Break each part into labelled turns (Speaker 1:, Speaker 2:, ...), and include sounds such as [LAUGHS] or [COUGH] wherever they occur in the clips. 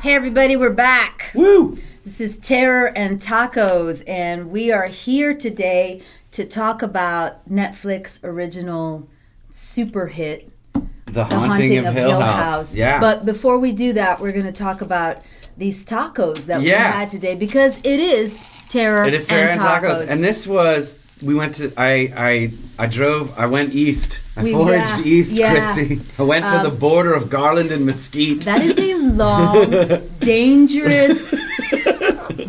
Speaker 1: Hey, everybody, we're back.
Speaker 2: Woo!
Speaker 1: This is Terror and Tacos, and we are here today to talk about Netflix original super hit,
Speaker 2: The haunting, of, Hill, House. Yeah.
Speaker 1: But before we do that, we're going to talk about these tacos that
Speaker 2: Yeah.
Speaker 1: we had today because it is Terror,
Speaker 2: it is Terror and Tacos.
Speaker 1: And
Speaker 2: And [LAUGHS] this was we went to I I I drove I went east. I
Speaker 1: We-
Speaker 2: foraged
Speaker 1: yeah,
Speaker 2: east,
Speaker 1: yeah.
Speaker 2: Christy. I went to the border of Garland and Mesquite.
Speaker 1: that is a long,
Speaker 2: [LAUGHS]
Speaker 1: dangerous,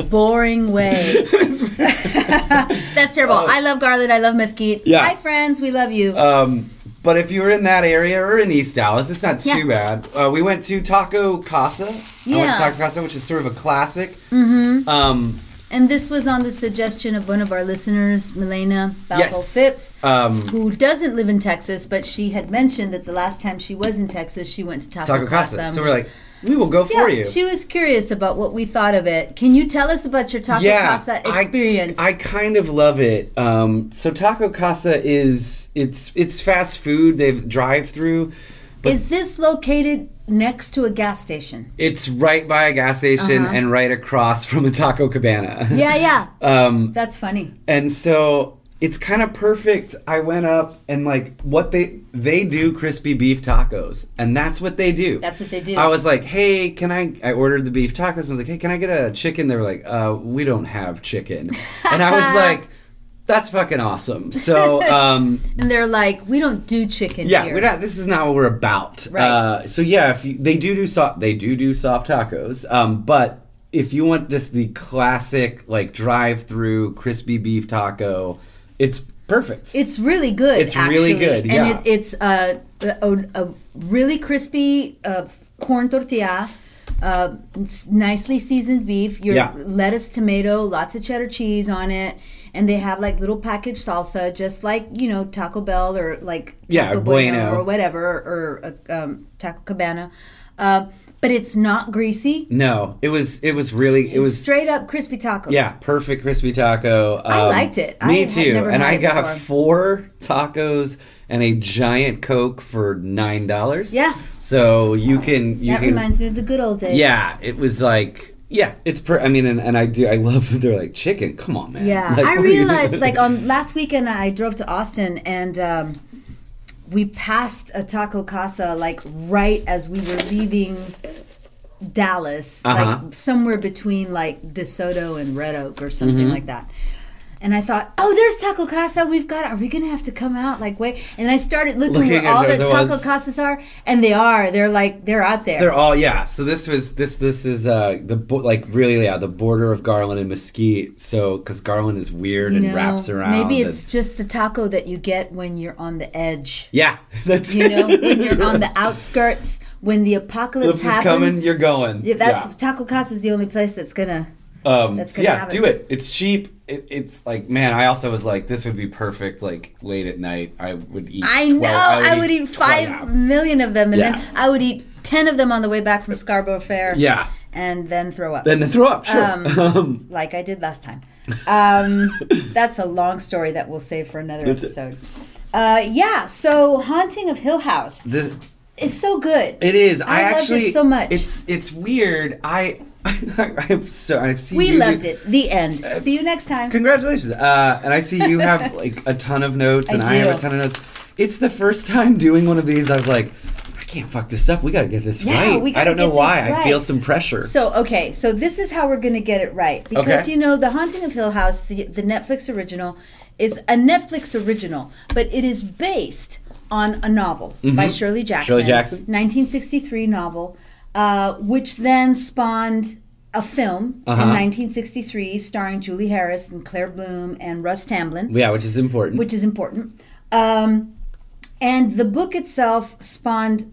Speaker 1: boring way. [LAUGHS] That's terrible. I love garlic. I love mesquite.
Speaker 2: Uh, Yeah.
Speaker 1: Hi, friends. We love you.
Speaker 2: um but if you're in that area or in East Dallas, it's not too bad. Uh, we went to Taco Casa. I went
Speaker 1: Yeah.
Speaker 2: to Taco Casa, which is sort of a classic. Mm-hmm. Um,
Speaker 1: And this was on the suggestion of one of our listeners, Milena Balco
Speaker 2: Yes.
Speaker 1: Phipps,
Speaker 2: um,
Speaker 1: who doesn't live in Texas, but she had mentioned that the last time she was in Texas, she went to Taco,
Speaker 2: Taco Casa.
Speaker 1: and
Speaker 2: So we're
Speaker 1: was-
Speaker 2: like, we will go
Speaker 1: yeah,
Speaker 2: for you.
Speaker 1: she was curious about what we thought of it. Can you tell us about your Taco Casa
Speaker 2: I-
Speaker 1: experience?
Speaker 2: I, kind of love it. Um, so Taco Casa is it's it's fast food. They've drive through.
Speaker 1: Is this located next to a gas station?
Speaker 2: It's right by a gas station
Speaker 1: Uh-huh.
Speaker 2: and right across from a taco cabana.
Speaker 1: Yeah, yeah.
Speaker 2: [LAUGHS] Um,
Speaker 1: That's funny.
Speaker 2: and so it's kind of perfect. I went up and like what they they do crispy beef tacos, and that's what they do.
Speaker 1: That's what they do.
Speaker 2: I was like, hey, can I? I ordered the beef tacos. And I was like, hey, can I get a chicken? They were like, uh, we don't have chicken. And I
Speaker 1: [LAUGHS]
Speaker 2: was like, that's fucking awesome. So um,
Speaker 1: And they're like, we don't do chicken
Speaker 2: yeah,
Speaker 1: here.
Speaker 2: we're not. This is not what we're about.
Speaker 1: Right.
Speaker 2: Uh, so yeah, if you, they do do soft, they do do soft tacos. Um, but if you want just the classic like drive-through crispy beef taco, it's perfect.
Speaker 1: It's really good.
Speaker 2: It's really
Speaker 1: actually.
Speaker 2: good, yeah.
Speaker 1: And it, it's uh, a, a, a really crispy uh, corn tortilla, uh, s- nicely seasoned beef, your
Speaker 2: Yeah.
Speaker 1: lettuce, tomato, lots of cheddar cheese on it, and they have like little packaged salsa, just like you know Taco Bell or like
Speaker 2: Yeah,
Speaker 1: Taco
Speaker 2: or Bueno.
Speaker 1: or whatever or uh, um, Taco Cabana. Uh, but it's not greasy.
Speaker 2: no, it was it was really it was
Speaker 1: straight up crispy tacos.
Speaker 2: yeah perfect crispy taco. Um,
Speaker 1: liked it. I
Speaker 2: Me
Speaker 1: had
Speaker 2: too.
Speaker 1: never
Speaker 2: and
Speaker 1: had
Speaker 2: I
Speaker 1: it
Speaker 2: got
Speaker 1: before.
Speaker 2: four tacos and a giant coke for nine dollars.
Speaker 1: Yeah.
Speaker 2: So you can you
Speaker 1: That
Speaker 2: can
Speaker 1: reminds me of the good old days.
Speaker 2: Yeah, it was like yeah, it's per. I mean, and, and I do. I love that they're like chicken. Come on, man.
Speaker 1: Yeah,
Speaker 2: [LAUGHS] Like,
Speaker 1: I
Speaker 2: what are you-
Speaker 1: realized like on last weekend I drove to Austin and um, we passed a taco casa like right as we were leaving Dallas,
Speaker 2: Uh-huh.
Speaker 1: like somewhere between like DeSoto and Red Oak or something like
Speaker 2: Mm-hmm.
Speaker 1: that. And I thought, oh, there's Taco Casa. We've got. Are we gonna have to come out? Like, wait. And I started looking,
Speaker 2: Looking
Speaker 1: where
Speaker 2: at
Speaker 1: all the
Speaker 2: the
Speaker 1: Taco
Speaker 2: ones-
Speaker 1: Casas are, and they are. They're like they're out there.
Speaker 2: [LAUGHS] they're all yeah. So this was this this is uh the bo- like really yeah the border of Garland and Mesquite. So because Garland is weird
Speaker 1: You
Speaker 2: and
Speaker 1: know,
Speaker 2: wraps around.
Speaker 1: Maybe
Speaker 2: and-
Speaker 1: it's just the taco that you get when you're on the edge.
Speaker 2: [LAUGHS] yeah. [LAUGHS] That's
Speaker 1: You know,
Speaker 2: it.
Speaker 1: when you're on the outskirts, when the apocalypse
Speaker 2: Lips is
Speaker 1: happens,
Speaker 2: coming. You're going.
Speaker 1: yeah, that's
Speaker 2: Yeah.
Speaker 1: Taco Casa is the only place that's gonna.
Speaker 2: Um,
Speaker 1: That's
Speaker 2: so
Speaker 1: gonna
Speaker 2: yeah,
Speaker 1: happen.
Speaker 2: do it. It's cheap. It, it's like, man, I also was like, this would be perfect. Like late at night, I would eat.
Speaker 1: I
Speaker 2: 12
Speaker 1: know. I would eat
Speaker 2: 12
Speaker 1: five million of them, and
Speaker 2: Yeah.
Speaker 1: then I would eat ten of them on the way back from Scarborough Fair.
Speaker 2: Yeah,
Speaker 1: and then throw up.
Speaker 2: then throw up. Sure. [LAUGHS]
Speaker 1: Um, like I did last time. Um, [LAUGHS] that's a long story that we'll save for another
Speaker 2: That's it.
Speaker 1: episode. Uh, yeah, so Haunting of Hill House
Speaker 2: This-
Speaker 1: is so good.
Speaker 2: It is. I,
Speaker 1: loved it
Speaker 2: actually
Speaker 1: so much.
Speaker 2: It's it's weird. I [LAUGHS] I've so I've seen
Speaker 1: we
Speaker 2: you Uh,
Speaker 1: loved
Speaker 2: do-
Speaker 1: it. The end. See you next time.
Speaker 2: Congratulations. Uh, and I see
Speaker 1: [LAUGHS]
Speaker 2: you have like a ton of notes, and
Speaker 1: I
Speaker 2: I, have
Speaker 1: do.
Speaker 2: a ton of notes. It's the first time doing one of these. I was like, I can't fuck this up. We got to get this
Speaker 1: Yeah,
Speaker 2: right.
Speaker 1: we
Speaker 2: I
Speaker 1: gotta
Speaker 2: don't know
Speaker 1: get this
Speaker 2: why.
Speaker 1: right.
Speaker 2: I feel some pressure.
Speaker 1: So okay, so this is how we're gonna get it right because
Speaker 2: Okay.
Speaker 1: you know the Haunting of Hill House, the, the Netflix original, is a Netflix original, but it is based on a novel by Shirley Jackson,
Speaker 2: Mm-hmm. Shirley Jackson.
Speaker 1: 1963 novel, uh, which then spawned a film
Speaker 2: Uh-huh.
Speaker 1: in 1963 starring Julie Harris and Claire Bloom and Russ Tamblyn
Speaker 2: yeah, which is important.
Speaker 1: which is important. Um, and the book itself spawned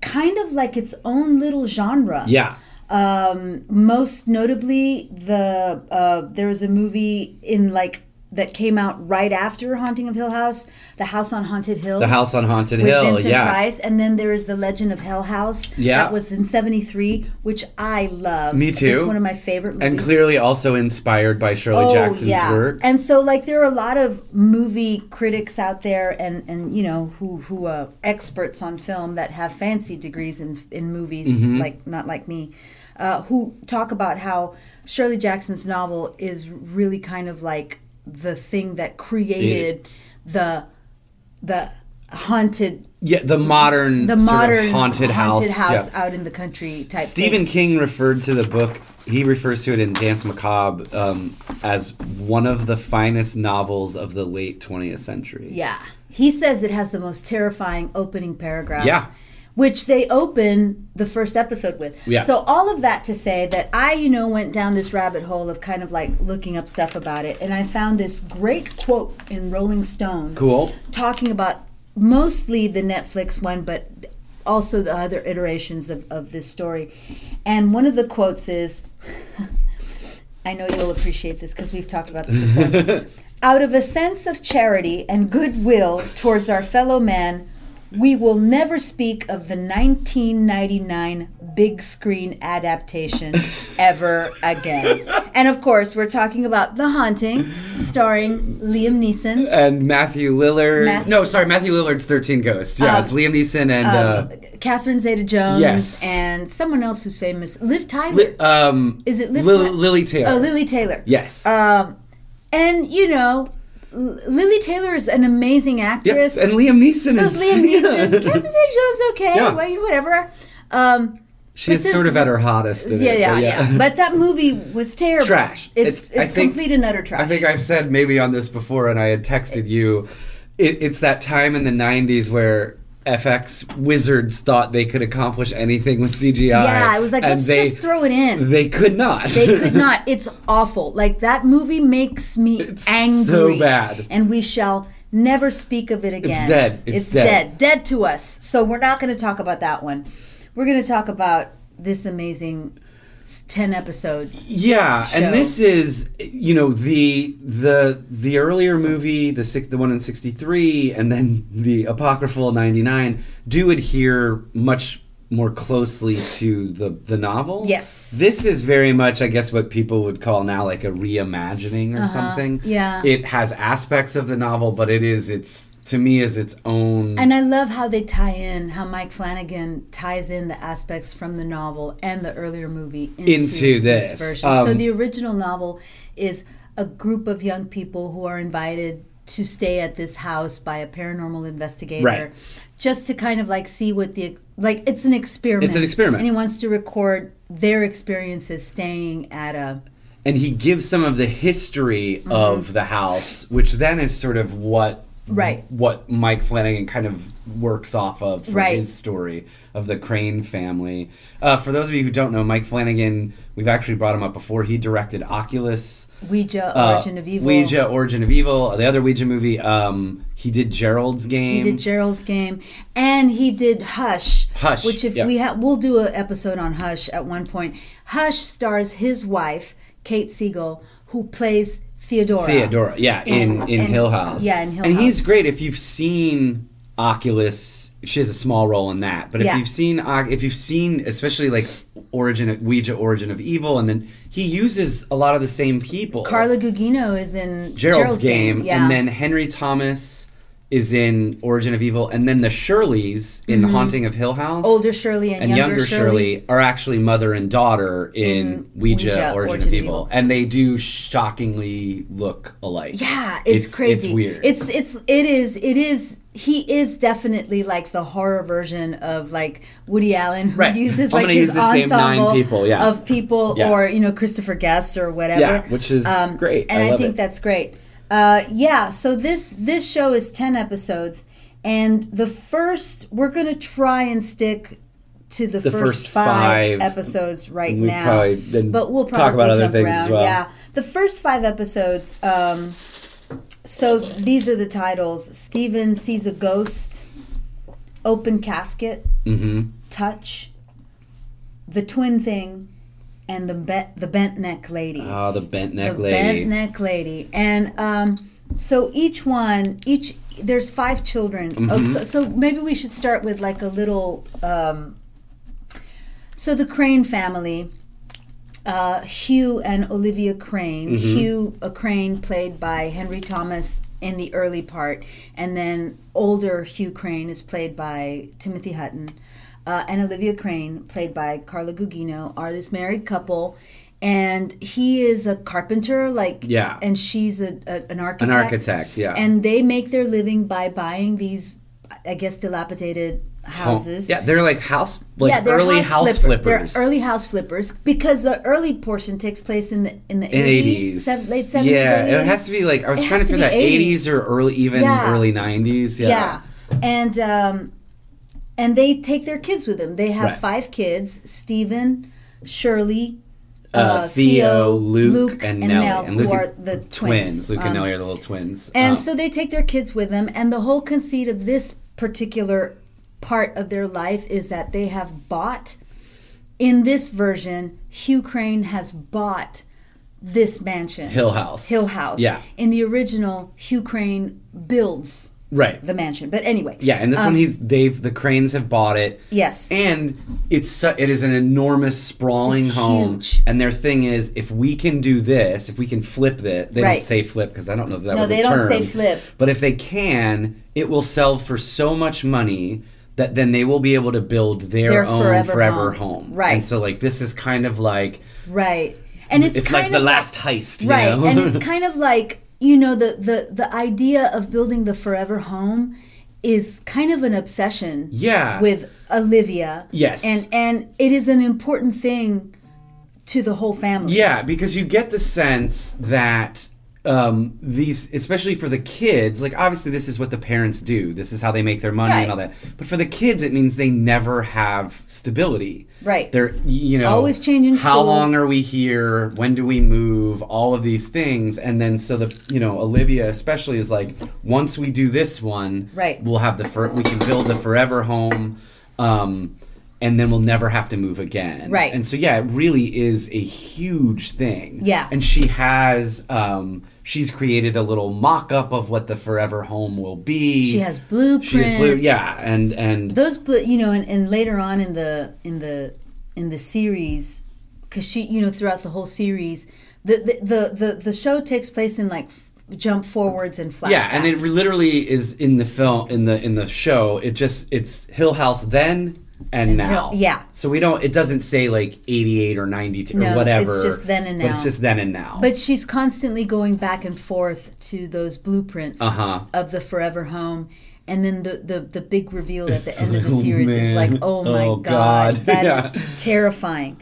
Speaker 1: kind of like its own little genre.
Speaker 2: yeah.
Speaker 1: Um, most notably, the uh, there was a movie in like that came out right after Haunting of Hill House, The House on Haunted Hill.
Speaker 2: The House on Haunted
Speaker 1: with
Speaker 2: Hill.
Speaker 1: Vincent
Speaker 2: yeah.
Speaker 1: Price, and then there is the Legend of Hell House.
Speaker 2: Yeah.
Speaker 1: that was in '73, which I love.
Speaker 2: Me
Speaker 1: It's
Speaker 2: too.
Speaker 1: one of my favorite movies.
Speaker 2: And clearly also inspired by Shirley
Speaker 1: Oh,
Speaker 2: Jackson's work.
Speaker 1: And so like there are a lot of movie critics out there and and you know who who
Speaker 2: Mm-hmm.
Speaker 1: uh, experts on film that have fancy degrees in in movies like not like me. uh, who talk about how Shirley Jackson's novel is really kind of like the thing that created the the haunted
Speaker 2: Yeah, the modern
Speaker 1: the
Speaker 2: sort of
Speaker 1: modern
Speaker 2: haunted house. yeah.
Speaker 1: out in the country type
Speaker 2: Stephen
Speaker 1: thing.
Speaker 2: King referred to the book. He refers to it in Dance Macabre um, as one of the finest novels of the late 20th century.
Speaker 1: Yeah. He says it has the most terrifying opening paragraph.
Speaker 2: Yeah.
Speaker 1: Which they open the first episode with.
Speaker 2: Yeah.
Speaker 1: So all of that to say that I, you know, went down this rabbit hole of kind of like looking up stuff about it and I found this great quote in Rolling Stone.
Speaker 2: Cool.
Speaker 1: Talking about mostly the Netflix one, but also the other iterations of, of this story. And one of the quotes is [LAUGHS] I know you'll appreciate this because we've talked about this before. Out of a sense of charity and goodwill towards our fellow man, we will never speak of the 1999 big screen adaptation ever again. And of course, we're talking about The Haunting, starring Liam Neeson.
Speaker 2: And Matthew Lillard.
Speaker 1: Matthew-
Speaker 2: no, sorry, Matthew Lillard's 13 Ghosts. Yeah,
Speaker 1: Um,
Speaker 2: it's Liam Neeson and.
Speaker 1: Um,
Speaker 2: uh,
Speaker 1: Catherine Zeta Jones
Speaker 2: yes.
Speaker 1: and someone else who's famous, Liv Tyler.
Speaker 2: Li- um,
Speaker 1: Is it Liv
Speaker 2: Lil-
Speaker 1: Tyler?
Speaker 2: Lily Taylor?
Speaker 1: oh, Lily Taylor.
Speaker 2: yes.
Speaker 1: Um, and you know, L- Lily Taylor is an amazing
Speaker 2: Yep,
Speaker 1: actress.
Speaker 2: And Liam Neeson
Speaker 1: so
Speaker 2: is
Speaker 1: is
Speaker 2: [LAUGHS]
Speaker 1: Liam Neeson.
Speaker 2: Yeah.
Speaker 1: Catherine Zeta-Jones, okay,
Speaker 2: Yeah.
Speaker 1: well, whatever. Um,
Speaker 2: She is
Speaker 1: this-
Speaker 2: sort of at her hottest. In
Speaker 1: yeah,
Speaker 2: it,
Speaker 1: yeah,
Speaker 2: but
Speaker 1: yeah, But that movie
Speaker 2: [LAUGHS]
Speaker 1: was terrible.
Speaker 2: Trash.
Speaker 1: It's it's,
Speaker 2: It's- I think-
Speaker 1: complete and utter trash.
Speaker 2: I think I've said maybe on this before, and I had texted you. It, it's that time in the '90s where FX wizards thought they could accomplish anything with CGI.
Speaker 1: yeah, I was like,
Speaker 2: and
Speaker 1: let's
Speaker 2: they,
Speaker 1: just throw it in.
Speaker 2: They could not.
Speaker 1: They
Speaker 2: [LAUGHS]
Speaker 1: could not. It's awful. Like that movie makes me
Speaker 2: It's
Speaker 1: angry.
Speaker 2: so bad.
Speaker 1: And we shall never speak of it again.
Speaker 2: dead. It's
Speaker 1: dead.
Speaker 2: dead.
Speaker 1: Dead to us. So we're not going to talk about that one. We're going to talk about this amazing s- ten episode.
Speaker 2: yeah,
Speaker 1: show.
Speaker 2: and this is you know the the the earlier movie, the six, the one in '63, and then the apocryphal '99 do adhere much more closely to the the novel.
Speaker 1: Yes.
Speaker 2: this is very much, I guess, what people would call now like a reimagining or something.
Speaker 1: Uh-huh. Yeah.
Speaker 2: it has aspects of the novel, but it is its to me is its own.
Speaker 1: And I love how they tie in how Mike Flanagan ties in the aspects from the novel and the earlier movie into,
Speaker 2: Into this.
Speaker 1: version. so
Speaker 2: Um,
Speaker 1: the original novel is a group of young people who are invited to stay at this house by a paranormal investigator
Speaker 2: Right.
Speaker 1: just to kind of like see what the like it's an experiment.
Speaker 2: It's an experiment.
Speaker 1: And he wants to record their experiences staying at a
Speaker 2: and he gives some of the history
Speaker 1: Mm-hmm.
Speaker 2: of the house, which then is sort of what
Speaker 1: Right.
Speaker 2: what Mike Flanagan kind of works off of for
Speaker 1: Right.
Speaker 2: his story of the Crane family. Uh, for those of you who don't know, Mike Flanagan, we've actually brought him up before. He directed Oculus.
Speaker 1: Ouija
Speaker 2: uh,
Speaker 1: origin of evil.
Speaker 2: Ouija, Origin of Evil. The other Ouija movie. Um, he did Gerald's Game.
Speaker 1: He did Gerald's game, and he did Hush.
Speaker 2: Hush,
Speaker 1: which if
Speaker 2: yeah.
Speaker 1: we ha- we'll do an episode on Hush at one point. Hush stars his wife Kate Siegel, who plays Theodora.
Speaker 2: Theodora, yeah, in
Speaker 1: And-
Speaker 2: in
Speaker 1: and-
Speaker 2: Hill House.
Speaker 1: yeah, in Hill
Speaker 2: and
Speaker 1: House.
Speaker 2: he's great. If you've seen Oculus, she has a small role in that. But if
Speaker 1: Yeah.
Speaker 2: you've seen Oc- if you've seen especially like Origin of Ouija, Origin of Evil, and then he uses a lot of the same people.
Speaker 1: Carla Gugino is in
Speaker 2: Gerald's, game,
Speaker 1: yeah.
Speaker 2: and then Henry Thomas is in Origin of Evil, and then the Shirleys in Haunting of Hill House.
Speaker 1: Mm-hmm. older Shirley and,
Speaker 2: and younger, Shirley, are actually mother and daughter in, Ouija, Origin, of Evil. and they do shockingly look alike.
Speaker 1: Yeah, it's, crazy.
Speaker 2: It's weird.
Speaker 1: It's it's it is it is he is definitely like the horror version of like Woody Allen who
Speaker 2: Right.
Speaker 1: uses like
Speaker 2: I'm gonna
Speaker 1: his
Speaker 2: use the same nine
Speaker 1: ensemble
Speaker 2: people, yeah.
Speaker 1: of people
Speaker 2: Yeah.
Speaker 1: or you know Christopher Guest or whatever. Um,
Speaker 2: Yeah, which is great.
Speaker 1: And
Speaker 2: I
Speaker 1: I,
Speaker 2: love
Speaker 1: think
Speaker 2: it.
Speaker 1: that's great. Uh, yeah, so this this show is 10 episodes and the first we're going to try and stick to the,
Speaker 2: first five,
Speaker 1: episodes right
Speaker 2: we
Speaker 1: now.
Speaker 2: probably then
Speaker 1: but we'll probably
Speaker 2: talk about other
Speaker 1: jump
Speaker 2: things
Speaker 1: around.
Speaker 2: as well.
Speaker 1: Yeah, the first five episodes. Um, so these are the titles: Steven sees a ghost, open casket,
Speaker 2: Mhm.
Speaker 1: touch, the twin thing, and the be- the bent neck lady.
Speaker 2: Ah, the bent
Speaker 1: the
Speaker 2: neck lady.
Speaker 1: bent neck lady, and um, so each one, each there's five children. Oh,
Speaker 2: Mm-hmm.
Speaker 1: so, so maybe we should start with like a little. Um, so the Crane family, uh, Hugh and Olivia Crane.
Speaker 2: Mm-hmm.
Speaker 1: Hugh a Crane played by Henry Thomas in the early part, and then older Hugh Crane is played by Timothy Hutton. uh, and Olivia Crane, played by Carla Gugino, are this married couple. And he is a carpenter, like,
Speaker 2: Yeah.
Speaker 1: and she's a, a, an architect.
Speaker 2: An architect, yeah.
Speaker 1: And they make their living by buying these, I guess, dilapidated
Speaker 2: Home-
Speaker 1: houses.
Speaker 2: Yeah, they're like house, like
Speaker 1: Yeah, they're
Speaker 2: early house,
Speaker 1: flipper-
Speaker 2: flippers.
Speaker 1: They're early house flippers because the early portion takes place in the in the
Speaker 2: in
Speaker 1: eighties, late
Speaker 2: eighties,
Speaker 1: seventies.
Speaker 2: yeah, it has to be like I was
Speaker 1: It
Speaker 2: trying to
Speaker 1: has to
Speaker 2: figure that
Speaker 1: be
Speaker 2: eighties or early, even
Speaker 1: Yeah.
Speaker 2: early nineties. Yeah.
Speaker 1: yeah. and um, and they take their kids with them. They have
Speaker 2: Right.
Speaker 1: five kids: Stephen, Shirley,
Speaker 2: Uh, Theo, Luke, and Nellie, and Luke
Speaker 1: who are
Speaker 2: and-
Speaker 1: the twins.
Speaker 2: twins. Luke
Speaker 1: Um,
Speaker 2: and Nelly are the little twins.
Speaker 1: And
Speaker 2: Um,
Speaker 1: so they take their kids with them, and the whole conceit of this particular part of their life is that they have bought, in this version, Hugh Crane has bought this mansion,
Speaker 2: Hill House,
Speaker 1: Hill House.
Speaker 2: Yeah,
Speaker 1: In the original, Hugh Crane builds
Speaker 2: right.
Speaker 1: the Um, mansion. But anyway. Uh,
Speaker 2: yeah, and this one he's they've the cranes have bought it.
Speaker 1: Yes.
Speaker 2: and it's su- it is an enormous sprawling
Speaker 1: It's
Speaker 2: home
Speaker 1: huge.
Speaker 2: and their thing is if we can do this if we can flip it they don't
Speaker 1: Right.
Speaker 2: say flip because i don't know if that
Speaker 1: No,
Speaker 2: was a
Speaker 1: they don't
Speaker 2: term,
Speaker 1: say flip.
Speaker 2: but if they can it will sell for so much money that then they will be able to build their,
Speaker 1: Their
Speaker 2: own forever,
Speaker 1: forever
Speaker 2: home.
Speaker 1: home. Right.
Speaker 2: and so like this is kind of like
Speaker 1: right. And it's,
Speaker 2: it's,
Speaker 1: kind
Speaker 2: like the
Speaker 1: of
Speaker 2: last heist you
Speaker 1: right
Speaker 2: know? [LAUGHS]
Speaker 1: and it's kind of like you know the, the the idea of building the forever home is kind of an obsession
Speaker 2: Yeah.
Speaker 1: with olivia
Speaker 2: Yes.
Speaker 1: and and it is an important thing to the whole family
Speaker 2: Yeah, because you get the sense that um, these, especially for the kids, like obviously this is what the parents do. This is how they make their money and
Speaker 1: Right.
Speaker 2: all that. But for the kids, it means they never have stability.
Speaker 1: Right.
Speaker 2: They're you know
Speaker 1: Always changing
Speaker 2: How
Speaker 1: schools.
Speaker 2: long are we here? When do we move? All of these things, and then so the you know Olivia especially is like, once we do this one,
Speaker 1: Right.
Speaker 2: We'll have the for- we can build the forever home. Um, and then we'll never have to move again.
Speaker 1: Right.
Speaker 2: And so so yeah, it really is a huge thing.
Speaker 1: Yeah.
Speaker 2: And she has um she's created a little mock up of what the forever home will be.
Speaker 1: She has blueprints.
Speaker 2: She has blue yeah, and and
Speaker 1: those blu- you know and, and later on in the in the in the series because she you know throughout the whole series the the, the the the show takes place in like f- jump forwards and flashbacks
Speaker 2: yeah, and it literally is in the film in the in the show. It just it's Hill House then and, now.
Speaker 1: Hill- yeah.
Speaker 2: So we don't it doesn't say like 88 or 92
Speaker 1: No,
Speaker 2: or
Speaker 1: it's
Speaker 2: whatever.
Speaker 1: just then and
Speaker 2: But it's
Speaker 1: now.
Speaker 2: just then and now.
Speaker 1: But she's constantly going back and forth to those blueprints
Speaker 2: Uh-huh.
Speaker 1: of the forever home. And then the, the, the big reveal at the end of the
Speaker 2: Oh,
Speaker 1: series is like,
Speaker 2: man.
Speaker 1: oh my
Speaker 2: Oh,
Speaker 1: God,
Speaker 2: God.
Speaker 1: that
Speaker 2: Yeah.
Speaker 1: is terrifying.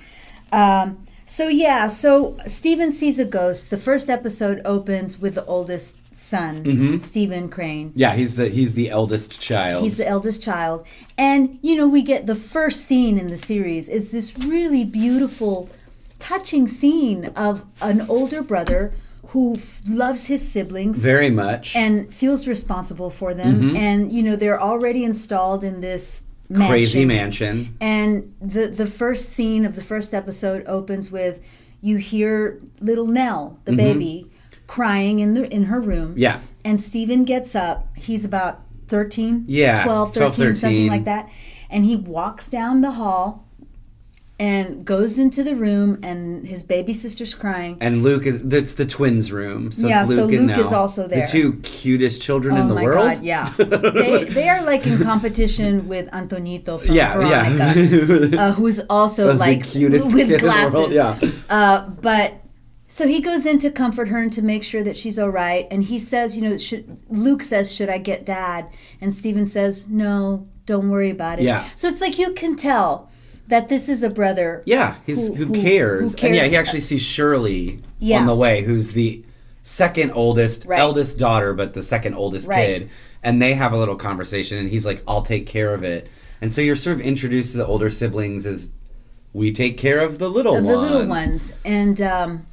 Speaker 1: Um, so, yeah, so Stephen sees a ghost. The first episode opens with the oldest son,
Speaker 2: Mm-hmm.
Speaker 1: Stephen Crane.
Speaker 2: yeah, he's the he's the eldest child.
Speaker 1: He's the eldest child. And, you know, we get the first scene in the series is this really beautiful, touching scene of an older brother who f- loves his siblings
Speaker 2: very much.
Speaker 1: and feels responsible for them. And, you know, they're already installed in this mansion.
Speaker 2: crazy mansion.
Speaker 1: And the, the first scene of the first episode opens with you hear little Nell, the baby, crying in, the, in her room.
Speaker 2: Mm-hmm. Yeah.
Speaker 1: And Steven gets up. He's about 13,
Speaker 2: Yeah,
Speaker 1: 12, 13,
Speaker 2: 12,
Speaker 1: something
Speaker 2: 13.
Speaker 1: like that. And he walks down the hall and goes into the room, and his baby sister's crying.
Speaker 2: And Luke is that's the twins' room. So
Speaker 1: Yeah,
Speaker 2: it's
Speaker 1: so
Speaker 2: Luke and
Speaker 1: Luke is
Speaker 2: Nell.
Speaker 1: also there.
Speaker 2: The two cutest children in
Speaker 1: oh
Speaker 2: the
Speaker 1: my
Speaker 2: world.
Speaker 1: God, yeah. they, they are like in competition with Antonito from
Speaker 2: Yeah,
Speaker 1: Veronica,
Speaker 2: [LAUGHS] yeah.
Speaker 1: uh, who's also
Speaker 2: the
Speaker 1: like
Speaker 2: cutest
Speaker 1: with
Speaker 2: kid in the
Speaker 1: glasses.
Speaker 2: world, yeah.
Speaker 1: Uh, but so he goes in to comfort her and to make sure that she's all right. And he says, you know, should, Luke says, should I get dad? And Stephen says, no, don't worry about it.
Speaker 2: Yeah.
Speaker 1: So it's like you can tell that this is a brother.
Speaker 2: Yeah, he's
Speaker 1: Who-
Speaker 2: who,
Speaker 1: who- who
Speaker 2: cares? And yeah,
Speaker 1: cares?
Speaker 2: he actually sees Shirley
Speaker 1: Yeah.
Speaker 2: on the way, who's the second oldest,
Speaker 1: Right.
Speaker 2: eldest daughter, but the second oldest
Speaker 1: Right.
Speaker 2: kid. And they have a little conversation, and he's like, "I'll take care of it." And so you're sort of introduced to the older siblings as we take care of the little
Speaker 1: of
Speaker 2: ones.
Speaker 1: the little ones and um,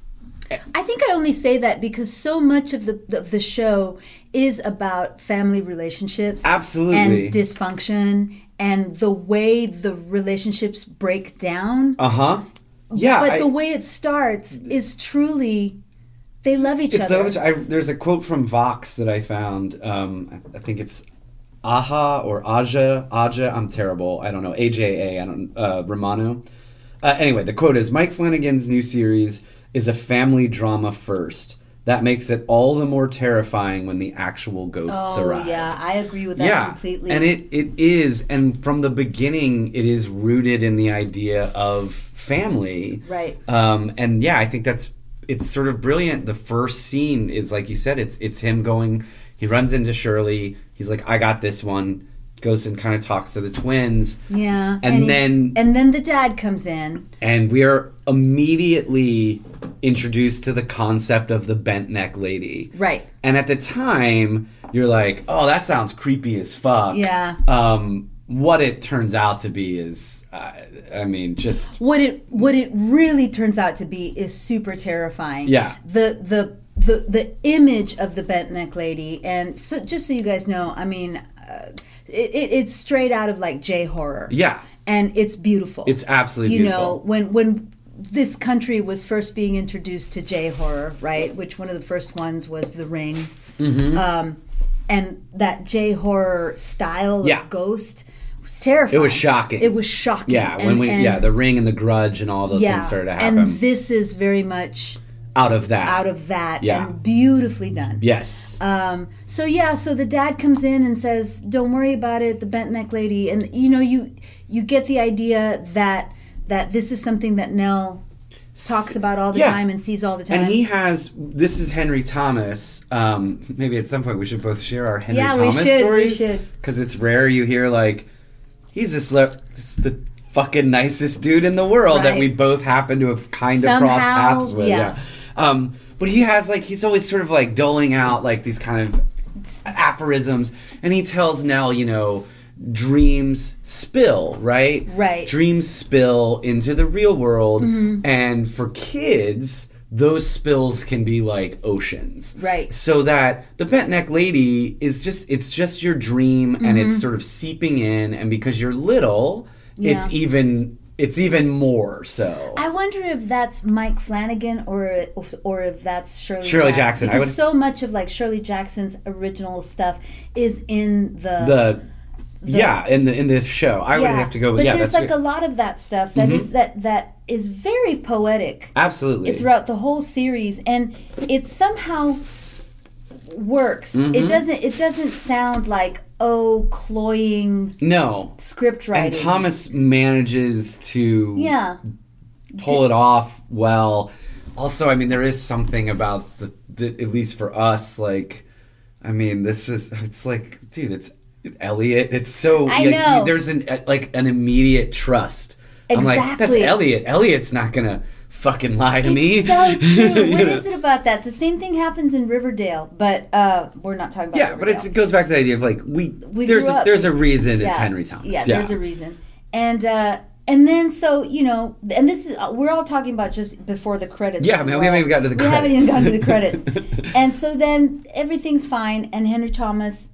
Speaker 1: i think i only say that because so much of the of the show is about family relationships
Speaker 2: Absolutely.
Speaker 1: and dysfunction and the way the relationships break down
Speaker 2: Uh huh. Yeah.
Speaker 1: but
Speaker 2: I-
Speaker 1: the way it starts is truly they love each
Speaker 2: It's
Speaker 1: other
Speaker 2: the, which I, there's a quote from Vox that I found. Um, I, I think it's Aha or Aja. Aja, I'm terrible. I don't know. AJA, I don't uh, Romano. Uh, anyway, the quote is Mike Flanagan's new series is a family drama first. That makes it all the more terrifying when the actual ghosts
Speaker 1: Oh
Speaker 2: arrive.
Speaker 1: yeah, I agree with that
Speaker 2: yeah,
Speaker 1: completely.
Speaker 2: and it it is, and from the beginning, it is rooted in the idea of family,
Speaker 1: Right.
Speaker 2: Um, and yeah, I think that's it's sort of brilliant. The first scene is like you said, it's it's him going. He runs into Shirley. He's like, "I got this one." Goes and kind of talks to the twins.
Speaker 1: yeah,
Speaker 2: and
Speaker 1: he's-
Speaker 2: then-
Speaker 1: and then the dad comes in.
Speaker 2: and we are immediately introduced to the concept of the bent neck lady.
Speaker 1: Right.
Speaker 2: And at the time, you're like, "Oh, that sounds creepy as fuck."
Speaker 1: Yeah.
Speaker 2: Um, what it turns out to be is, uh, I mean, just
Speaker 1: what it what it really turns out to be is super terrifying.
Speaker 2: Yeah.
Speaker 1: The the the the image of the bent neck lady, and so just so you guys know, I mean, uh, it, it it's straight out of like J horror.
Speaker 2: yeah,
Speaker 1: And it's beautiful.
Speaker 2: it's absolutely
Speaker 1: you
Speaker 2: beautiful.
Speaker 1: know when when this country was first being introduced to J horror, right? Which one of the first ones was The Ring,
Speaker 2: Mm-hmm.
Speaker 1: um, and that J horror style
Speaker 2: Yeah.
Speaker 1: of ghost was terrifying.
Speaker 2: It was shocking.
Speaker 1: It was shocking.
Speaker 2: yeah, when
Speaker 1: And-
Speaker 2: we
Speaker 1: and-
Speaker 2: yeah, the ring and the grudge and all those
Speaker 1: yeah,
Speaker 2: things started to happen
Speaker 1: And this is very much
Speaker 2: out of that.
Speaker 1: out of that
Speaker 2: Yeah.
Speaker 1: and beautifully done.
Speaker 2: yes,
Speaker 1: Um, so yeah, so the dad comes in and says, "Don't worry about it." The bent neck lady, and you know, you you get the idea that that this is something that Nell talks about all the
Speaker 2: yeah.
Speaker 1: time and sees all the time.
Speaker 2: and he has this is Henry Thomas. Um, maybe at some point we should both share our Henry
Speaker 1: Yeah, we
Speaker 2: Thomas
Speaker 1: should, we
Speaker 2: stories
Speaker 1: should.
Speaker 2: because it's rare you hear like he's this le- this- the fucking nicest dude in the world that
Speaker 1: Right.
Speaker 2: we both happen to have kind of crossed
Speaker 1: Somehow,
Speaker 2: paths with.
Speaker 1: yeah.
Speaker 2: Yeah. Um, but he has like he's always sort of like doling out like these kind of aphorisms, and he tells Nell, you know. Dreams spill, right?
Speaker 1: Right.
Speaker 2: Dreams spill into the real world,
Speaker 1: Mm-hmm.
Speaker 2: and for kids, those spills can be like oceans.
Speaker 1: Right.
Speaker 2: So that the bent neck lady is just it's just your dream and it's
Speaker 1: Mm-hmm.
Speaker 2: sort of seeping in and because you're little, it's
Speaker 1: Yeah.
Speaker 2: even it's even more so.
Speaker 1: I wonder if that's Mike Flanagan or or if that's Shirley,
Speaker 2: Shirley Jackson. I
Speaker 1: Because
Speaker 2: would-
Speaker 1: so much of like Shirley Jackson's original stuff is in the
Speaker 2: the, yeah, in the in the show. I would
Speaker 1: Yeah,
Speaker 2: have to go
Speaker 1: But
Speaker 2: yeah,
Speaker 1: there's
Speaker 2: that's Mm-hmm.
Speaker 1: like a lot of that stuff that is that that is very poetic
Speaker 2: Absolutely.
Speaker 1: throughout the whole series, and it somehow works.
Speaker 2: Mm-hmm.
Speaker 1: It doesn't. It doesn't sound like oh cloying
Speaker 2: no.
Speaker 1: script
Speaker 2: And
Speaker 1: writing.
Speaker 2: Thomas manages to
Speaker 1: yeah,
Speaker 2: pull it off well. Also, I mean, there is something about the, the at least for us, like, I mean, this is it's like, dude, it's Elliot. It's so
Speaker 1: I
Speaker 2: like,
Speaker 1: know.
Speaker 2: there's an e, like an immediate trust. I'm like, that's
Speaker 1: Exactly.
Speaker 2: Elliot. Elliot's not gonna fucking lie to me.
Speaker 1: It's so true.
Speaker 2: You
Speaker 1: What
Speaker 2: know?
Speaker 1: is it about that? The same thing happens in Riverdale, but uh, we're not talking about.
Speaker 2: [LAUGHS] Yeah, but it's,
Speaker 1: Riverdale.
Speaker 2: it goes back to the idea of like we,
Speaker 1: We
Speaker 2: there's
Speaker 1: grew
Speaker 2: a,
Speaker 1: up-
Speaker 2: there's a reason it's
Speaker 1: Yeah.
Speaker 2: Henry Thomas.
Speaker 1: Yeah, there's a reason. And uh, and then so you know, and this is we're all talking about just before the credits.
Speaker 2: Yeah, man, we haven't even gotten to the
Speaker 1: We haven't even gotten to the
Speaker 2: credits. [LAUGHS]
Speaker 1: credits. and so then everything's fine, and Henry Thomas,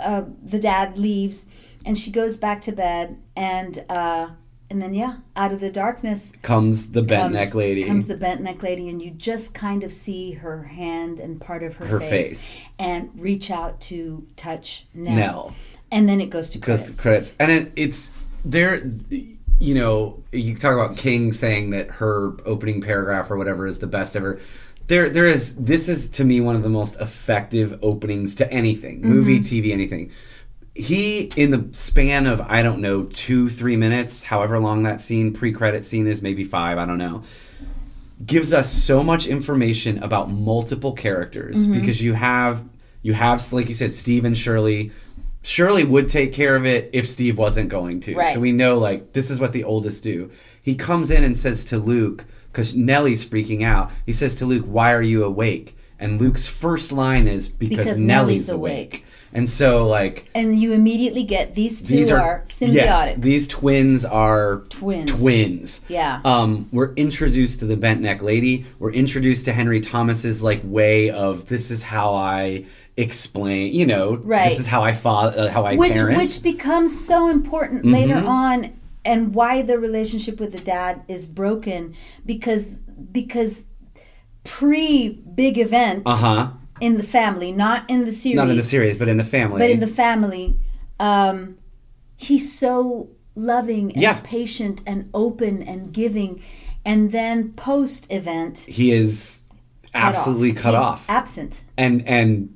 Speaker 1: uh, the dad, leaves, and she goes back to bed, and uh, and then yeah, out of the darkness
Speaker 2: comes the bent
Speaker 1: comes-
Speaker 2: neck lady.
Speaker 1: comes the bent neck lady, and you just kind of see her hand and part of her,
Speaker 2: Her face.
Speaker 1: and reach out to touch Nell,
Speaker 2: Nell.
Speaker 1: and then it goes to
Speaker 2: goes
Speaker 1: credits.
Speaker 2: to credits, and it, it's there. You know, you talk about King saying that her opening paragraph or whatever is the best ever. There, there is. This is to me one of the most effective openings to anything, movie, TV, anything. He, in the span of I don't know two, three minutes, however long that scene, pre-credit scene is, maybe five, I don't know gives us so much information about multiple characters because you have you have like you said Steve and Shirley Shirley would take care of it if Steve wasn't going to.
Speaker 1: Right.
Speaker 2: So we know like this is what the oldest do. He comes in and says to Luke cuz Nellie's freaking out. He says to Luke, "Why are you awake?" And Luke's first line is because,
Speaker 1: Because Nellie's
Speaker 2: Nellie's, awake.
Speaker 1: awake.
Speaker 2: And so like
Speaker 1: and you immediately get these two
Speaker 2: these
Speaker 1: are,
Speaker 2: are,
Speaker 1: symbiotic.
Speaker 2: Yes, these twins are
Speaker 1: Twins.
Speaker 2: Twins.
Speaker 1: Yeah.
Speaker 2: Um, we're introduced to the bent neck lady. We're introduced to Henry Thomas's like way of this is how I explain. You know,
Speaker 1: Right.
Speaker 2: This is how I fa- uh, how I
Speaker 1: which
Speaker 2: parent.
Speaker 1: which becomes so important
Speaker 2: Mm-hmm.
Speaker 1: later on and why the relationship with the dad is broken because because pre big event
Speaker 2: uh huh.
Speaker 1: in the family, not in the series,
Speaker 2: Not in the series, but in the family.
Speaker 1: but in the family, um, he's so loving and
Speaker 2: Yeah.
Speaker 1: patient and open and giving and then post event
Speaker 2: he is
Speaker 1: cut
Speaker 2: absolutely
Speaker 1: off.
Speaker 2: cut
Speaker 1: He's
Speaker 2: off
Speaker 1: absent.
Speaker 2: and and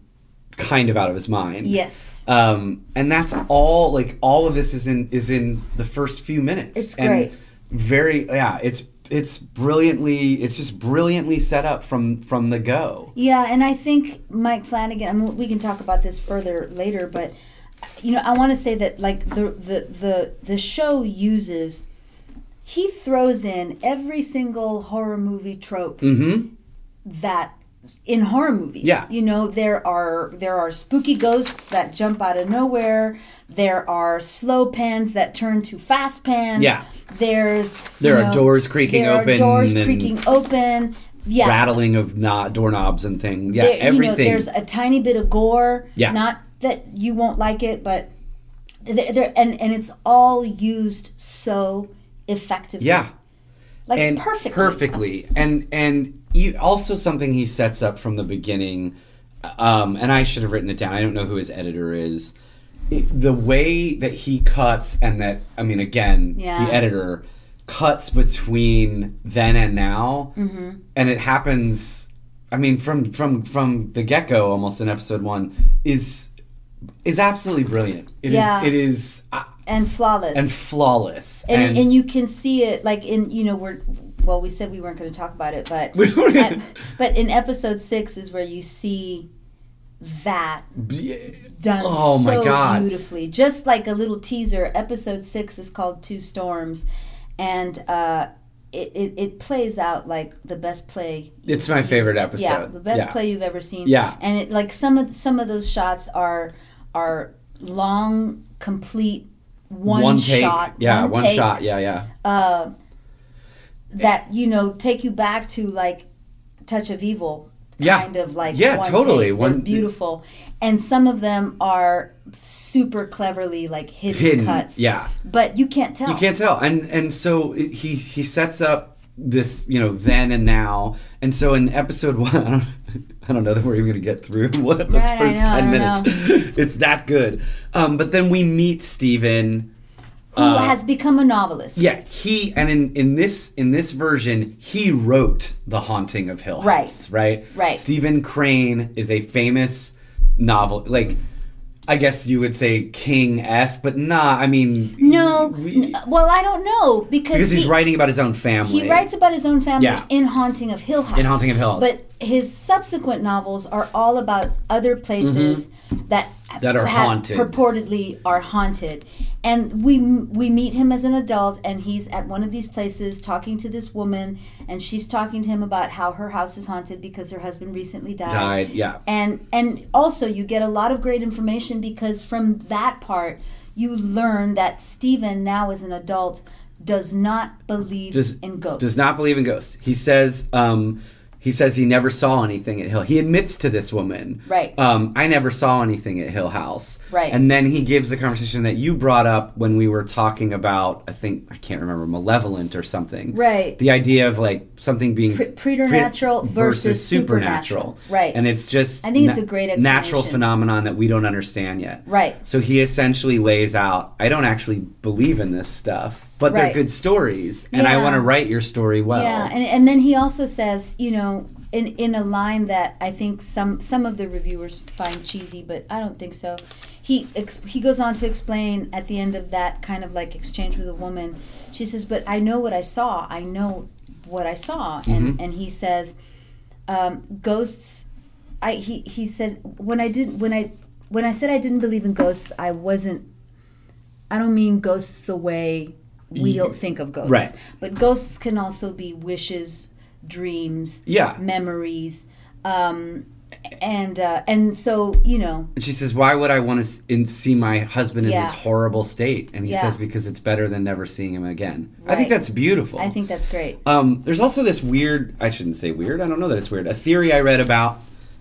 Speaker 2: kind of out of his mind.
Speaker 1: Yes,
Speaker 2: Um, and that's all. Like all of this is in is in the first few minutes.
Speaker 1: It's
Speaker 2: and
Speaker 1: great.
Speaker 2: Very yeah. It's it's brilliantly. It's just brilliantly set up from from the go.
Speaker 1: yeah, and I think Mike Flanagan. I mean, we can talk about this further later, but you know, I want to say that like the the the the show uses. He throws in every single horror movie trope
Speaker 2: Mm-hmm.
Speaker 1: that in horror movies.
Speaker 2: Yeah.
Speaker 1: You know, there are there are spooky ghosts that jump out of nowhere. There are slow pans that turn to fast pans.
Speaker 2: Yeah.
Speaker 1: There's
Speaker 2: There
Speaker 1: you
Speaker 2: are doors creaking
Speaker 1: there
Speaker 2: open
Speaker 1: Are doors
Speaker 2: and-
Speaker 1: creaking open. Yeah.
Speaker 2: Rattling of not doorknobs and things. Yeah,
Speaker 1: There-
Speaker 2: everything.
Speaker 1: You know, there's a tiny bit of gore.
Speaker 2: Yeah.
Speaker 1: Not that you won't like it, but there, there and and it's all used so effectively.
Speaker 2: yeah.
Speaker 1: Like
Speaker 2: and
Speaker 1: perfectly.
Speaker 2: perfectly. and and e also something he sets up from the beginning um, and i should have written it down i don't know who his editor is It- the way that he cuts and that i mean again
Speaker 1: Yeah.
Speaker 2: the editor cuts between then and now
Speaker 1: Mm-hmm.
Speaker 2: and it happens i mean from from from the get-go almost in episode one is is absolutely brilliant It is
Speaker 1: Yeah.
Speaker 2: it is uh,
Speaker 1: And flawless.
Speaker 2: and flawless
Speaker 1: and, and, you can see it like in you know we're well we said we weren't going to talk about it but
Speaker 2: [LAUGHS] We weren't.
Speaker 1: at- but in episode six is where you see that done
Speaker 2: Oh, my
Speaker 1: so
Speaker 2: God.
Speaker 1: beautifully just like a little teaser episode six is called two storms and uh it, it, it plays out like the best play
Speaker 2: it's my favorite episode
Speaker 1: yeah the best play you've ever seen
Speaker 2: Yeah.
Speaker 1: and it like some of some of those shots are are long complete one, shot
Speaker 2: Yeah, one,
Speaker 1: take.
Speaker 2: shot. Yeah, yeah.
Speaker 1: uh, that you know take you back to like touch of evil
Speaker 2: Yeah.
Speaker 1: kind of like
Speaker 2: Yeah,
Speaker 1: one
Speaker 2: totally.
Speaker 1: take. They're
Speaker 2: One-
Speaker 1: beautiful and some of them are super cleverly like hidden,
Speaker 2: Hidden.
Speaker 1: cuts
Speaker 2: Yeah.
Speaker 1: but you can't tell
Speaker 2: You can't tell. And and so it- he he sets up this, you know, then and now. And so in episode 1, [LAUGHS] I don't, I don't know that we're even going to get through [LAUGHS] what the
Speaker 1: Right, I
Speaker 2: first
Speaker 1: know, I
Speaker 2: 10
Speaker 1: don't
Speaker 2: minutes. [LAUGHS] it's that good. Um, but then we meet Steven
Speaker 1: who has become a novelist
Speaker 2: uh, Yeah, he and in, in this in this version, he wrote The Haunting of Hill House. Right. Right.
Speaker 1: Right.
Speaker 2: Stephen Crane is a famous novel like I guess you would say king esque, but nah, I mean
Speaker 1: no
Speaker 2: we-
Speaker 1: n- well i don't know because,
Speaker 2: because he's
Speaker 1: he,
Speaker 2: writing about his own family.
Speaker 1: he writes about his own family
Speaker 2: Yeah.
Speaker 1: in haunting of hill house
Speaker 2: In Haunting of Hill House.
Speaker 1: but his subsequent novels are all about other places that
Speaker 2: Mm-hmm. That are
Speaker 1: have-
Speaker 2: haunted.
Speaker 1: purportedly are haunted and we we meet him as an adult and he's at one of these places talking to this woman and she's talking to him about how her house is haunted because her husband recently died
Speaker 2: died. Yeah.
Speaker 1: and and also you get a lot of great information because from that part you learn that Stephen now as an adult does not believe
Speaker 2: Does-
Speaker 1: in ghosts
Speaker 2: Does not believe in ghosts. He says um he says he never saw anything at Hill. He admits to this woman,
Speaker 1: Right.
Speaker 2: Um, I never saw anything at Hill House,
Speaker 1: Right.
Speaker 2: And then he gives the conversation that you brought up when we were talking about, I think I can't remember, malevolent or something,
Speaker 1: Right.
Speaker 2: The idea of like something being
Speaker 1: Pre- preternatural versus supernatural. Right.
Speaker 2: and it's just
Speaker 1: I think it's a great
Speaker 2: natural
Speaker 1: explanation.
Speaker 2: phenomenon that we don't understand yet,
Speaker 1: Right.
Speaker 2: So he essentially lays out, I don't actually believe in this stuff, but they're
Speaker 1: Right.
Speaker 2: good stories, and I
Speaker 1: Yeah.
Speaker 2: want to write your story well.
Speaker 1: Yeah, and, and then he also says, you know, in in a line that I think some some of the reviewers find cheesy, but I don't think so. He ex- he goes on to explain at the end of that kind of like exchange with a woman. She says, "But I know what I saw. I know what I saw."
Speaker 2: Mm-hmm.
Speaker 1: And and he says, um, "Ghosts." I he he said when I did when I when I said I didn't believe in ghosts, I wasn't. I don't mean ghosts the way we
Speaker 2: Ye-
Speaker 1: think of ghosts.
Speaker 2: Right.
Speaker 1: But ghosts can also be wishes, dreams,
Speaker 2: Yeah.
Speaker 1: memories, um, and uh, and so you know,
Speaker 2: And she says, "Why would I want to see my husband in
Speaker 1: Yeah.
Speaker 2: this horrible state?" And he
Speaker 1: Yeah.
Speaker 2: says, "Because it's better than never seeing him again." I
Speaker 1: Right.
Speaker 2: think that's beautiful.
Speaker 1: I think that's great.
Speaker 2: Um, there's also this weird, I shouldn't say weird, I don't know that it's weird, a theory I read about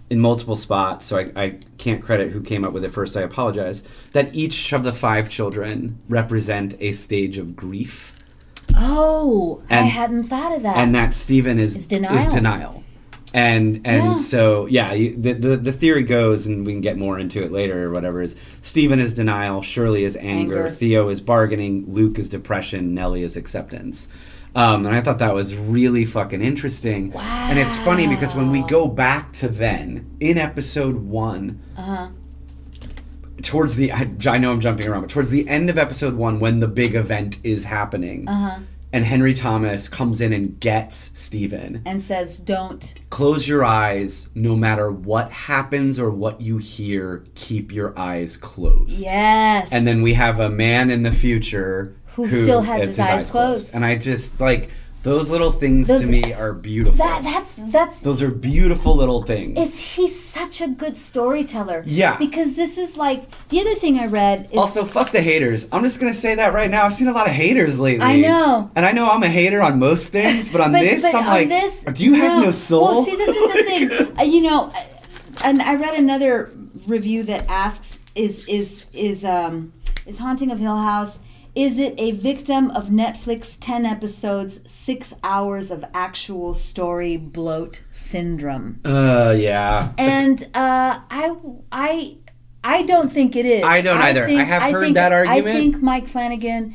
Speaker 2: in multiple spots, so I, I can't credit who came up with it first, I apologize, that each of the five children represent a stage of grief,
Speaker 1: Oh, I
Speaker 2: And-
Speaker 1: hadn't thought of that.
Speaker 2: and that Stephen is,
Speaker 1: Is denial.
Speaker 2: is denial. And and
Speaker 1: Yeah.
Speaker 2: so yeah, you- the, the the theory goes, and we can get more into it later or whatever. Is Stephen is denial, Shirley is anger,
Speaker 1: Anger.
Speaker 2: Theo is bargaining, Luke is depression, Nellie is acceptance. Um, and I thought that was really fucking interesting. Wow. And it's funny because when we go back to then in episode one,
Speaker 1: Uh-huh.
Speaker 2: towards the I, I know I'm jumping around, but towards the end of episode one, when the big event is happening,
Speaker 1: Uh-huh.
Speaker 2: and Henry Thomas comes in and gets Stephen.
Speaker 1: And says, don't.
Speaker 2: Close your eyes, no matter what happens or what you hear, keep your eyes closed.
Speaker 1: Yes.
Speaker 2: And then we have a man in the future
Speaker 1: Who still has his eyes closed.
Speaker 2: And I just like those little things
Speaker 1: Those-
Speaker 2: to me are beautiful.
Speaker 1: that that's that's
Speaker 2: those are beautiful little things.
Speaker 1: is he's such a good storyteller.
Speaker 2: Yeah.
Speaker 1: Because this is like the other thing I read is
Speaker 2: Also, fuck the haters. I'm just gonna say that right now. I've seen a lot of haters lately.
Speaker 1: I know.
Speaker 2: and I know I'm a hater on most things, but on
Speaker 1: but,
Speaker 2: this,
Speaker 1: but
Speaker 2: I'm
Speaker 1: on
Speaker 2: like,
Speaker 1: this,
Speaker 2: do you have no soul?
Speaker 1: Well, see, this is the thing. Uh, you know, uh, and I read another review that asks: Is is is um is Haunting of Hill House? Is it a victim of Netflix ten episodes, six hours of actual story bloat syndrome?
Speaker 2: [LAUGHS] uh, yeah.
Speaker 1: And uh, I I. I don't think it is.
Speaker 2: I don't either. I have heard
Speaker 1: think-
Speaker 2: that
Speaker 1: I
Speaker 2: argument.
Speaker 1: think Mike Flanagan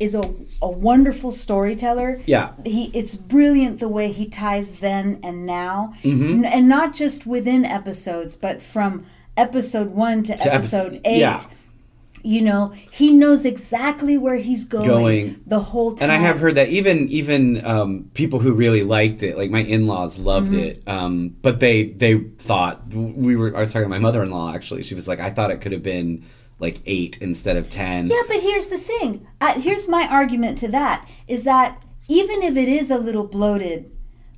Speaker 1: is a, a wonderful storyteller
Speaker 2: Yeah.
Speaker 1: he it's brilliant the way he ties then and now N-
Speaker 2: Mm-hmm.
Speaker 1: and not just within episodes but from episode one to,
Speaker 2: episode-
Speaker 1: episode eight
Speaker 2: yeah.
Speaker 1: you know he knows exactly where he's going,
Speaker 2: Going.
Speaker 1: the whole time
Speaker 2: And I have heard that even even um, people who really liked it, like my in-laws, loved
Speaker 1: Mm-hmm.
Speaker 2: it. Um, but they they thought we were. I was talking to my mother-in-law actually. She was like, I thought it could have been like eight instead of ten.
Speaker 1: yeah but here's the thing uh, here's my argument to that is that even if it is a little bloated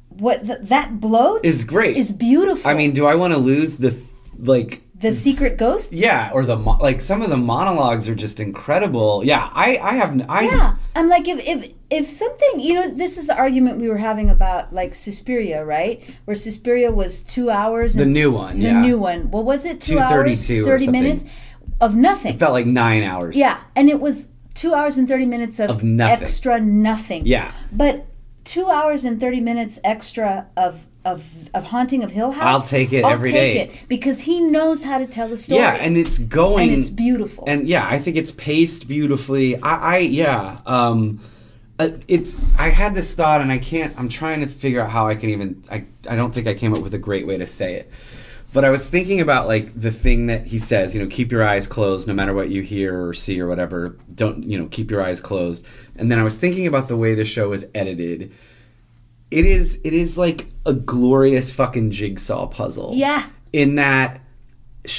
Speaker 1: what th- that bloat
Speaker 2: Is great.
Speaker 1: is beautiful
Speaker 2: I mean, do I want to lose the th- like
Speaker 1: the secret ghosts
Speaker 2: Yeah, or the mo- like some of the monologues are just incredible. Yeah, I I have n- I
Speaker 1: Yeah, I'm like if if if something you know this is the argument we were having about like Suspiria, right? Where Suspiria was two hours.
Speaker 2: the
Speaker 1: and
Speaker 2: new one.
Speaker 1: the
Speaker 2: yeah,
Speaker 1: new one. What was it? Two hours,
Speaker 2: 2:32 or
Speaker 1: thirty
Speaker 2: something.
Speaker 1: minutes of nothing.
Speaker 2: felt like nine hours.
Speaker 1: yeah, and it was two hours and thirty minutes of,
Speaker 2: Of nothing.
Speaker 1: extra nothing.
Speaker 2: yeah.
Speaker 1: but two hours and thirty minutes extra of. Of, of haunting of Hill House.
Speaker 2: I'll take it
Speaker 1: I'll
Speaker 2: every
Speaker 1: take
Speaker 2: day.
Speaker 1: it because he knows how to tell a story.
Speaker 2: Yeah, and it's going
Speaker 1: And it's beautiful.
Speaker 2: And yeah, I think it's paced beautifully. I, I yeah, um, uh, it's. I had this thought, and I can't. I'm trying to figure out how I can even. I I don't think I came up with a great way to say it. But I was thinking about like the thing that he says, you know, keep your eyes closed no matter what you hear or see or whatever. Don't, you know, keep your eyes closed. And then I was thinking about the way the show is edited. It is it is like a glorious fucking jigsaw puzzle
Speaker 1: Yeah.
Speaker 2: in that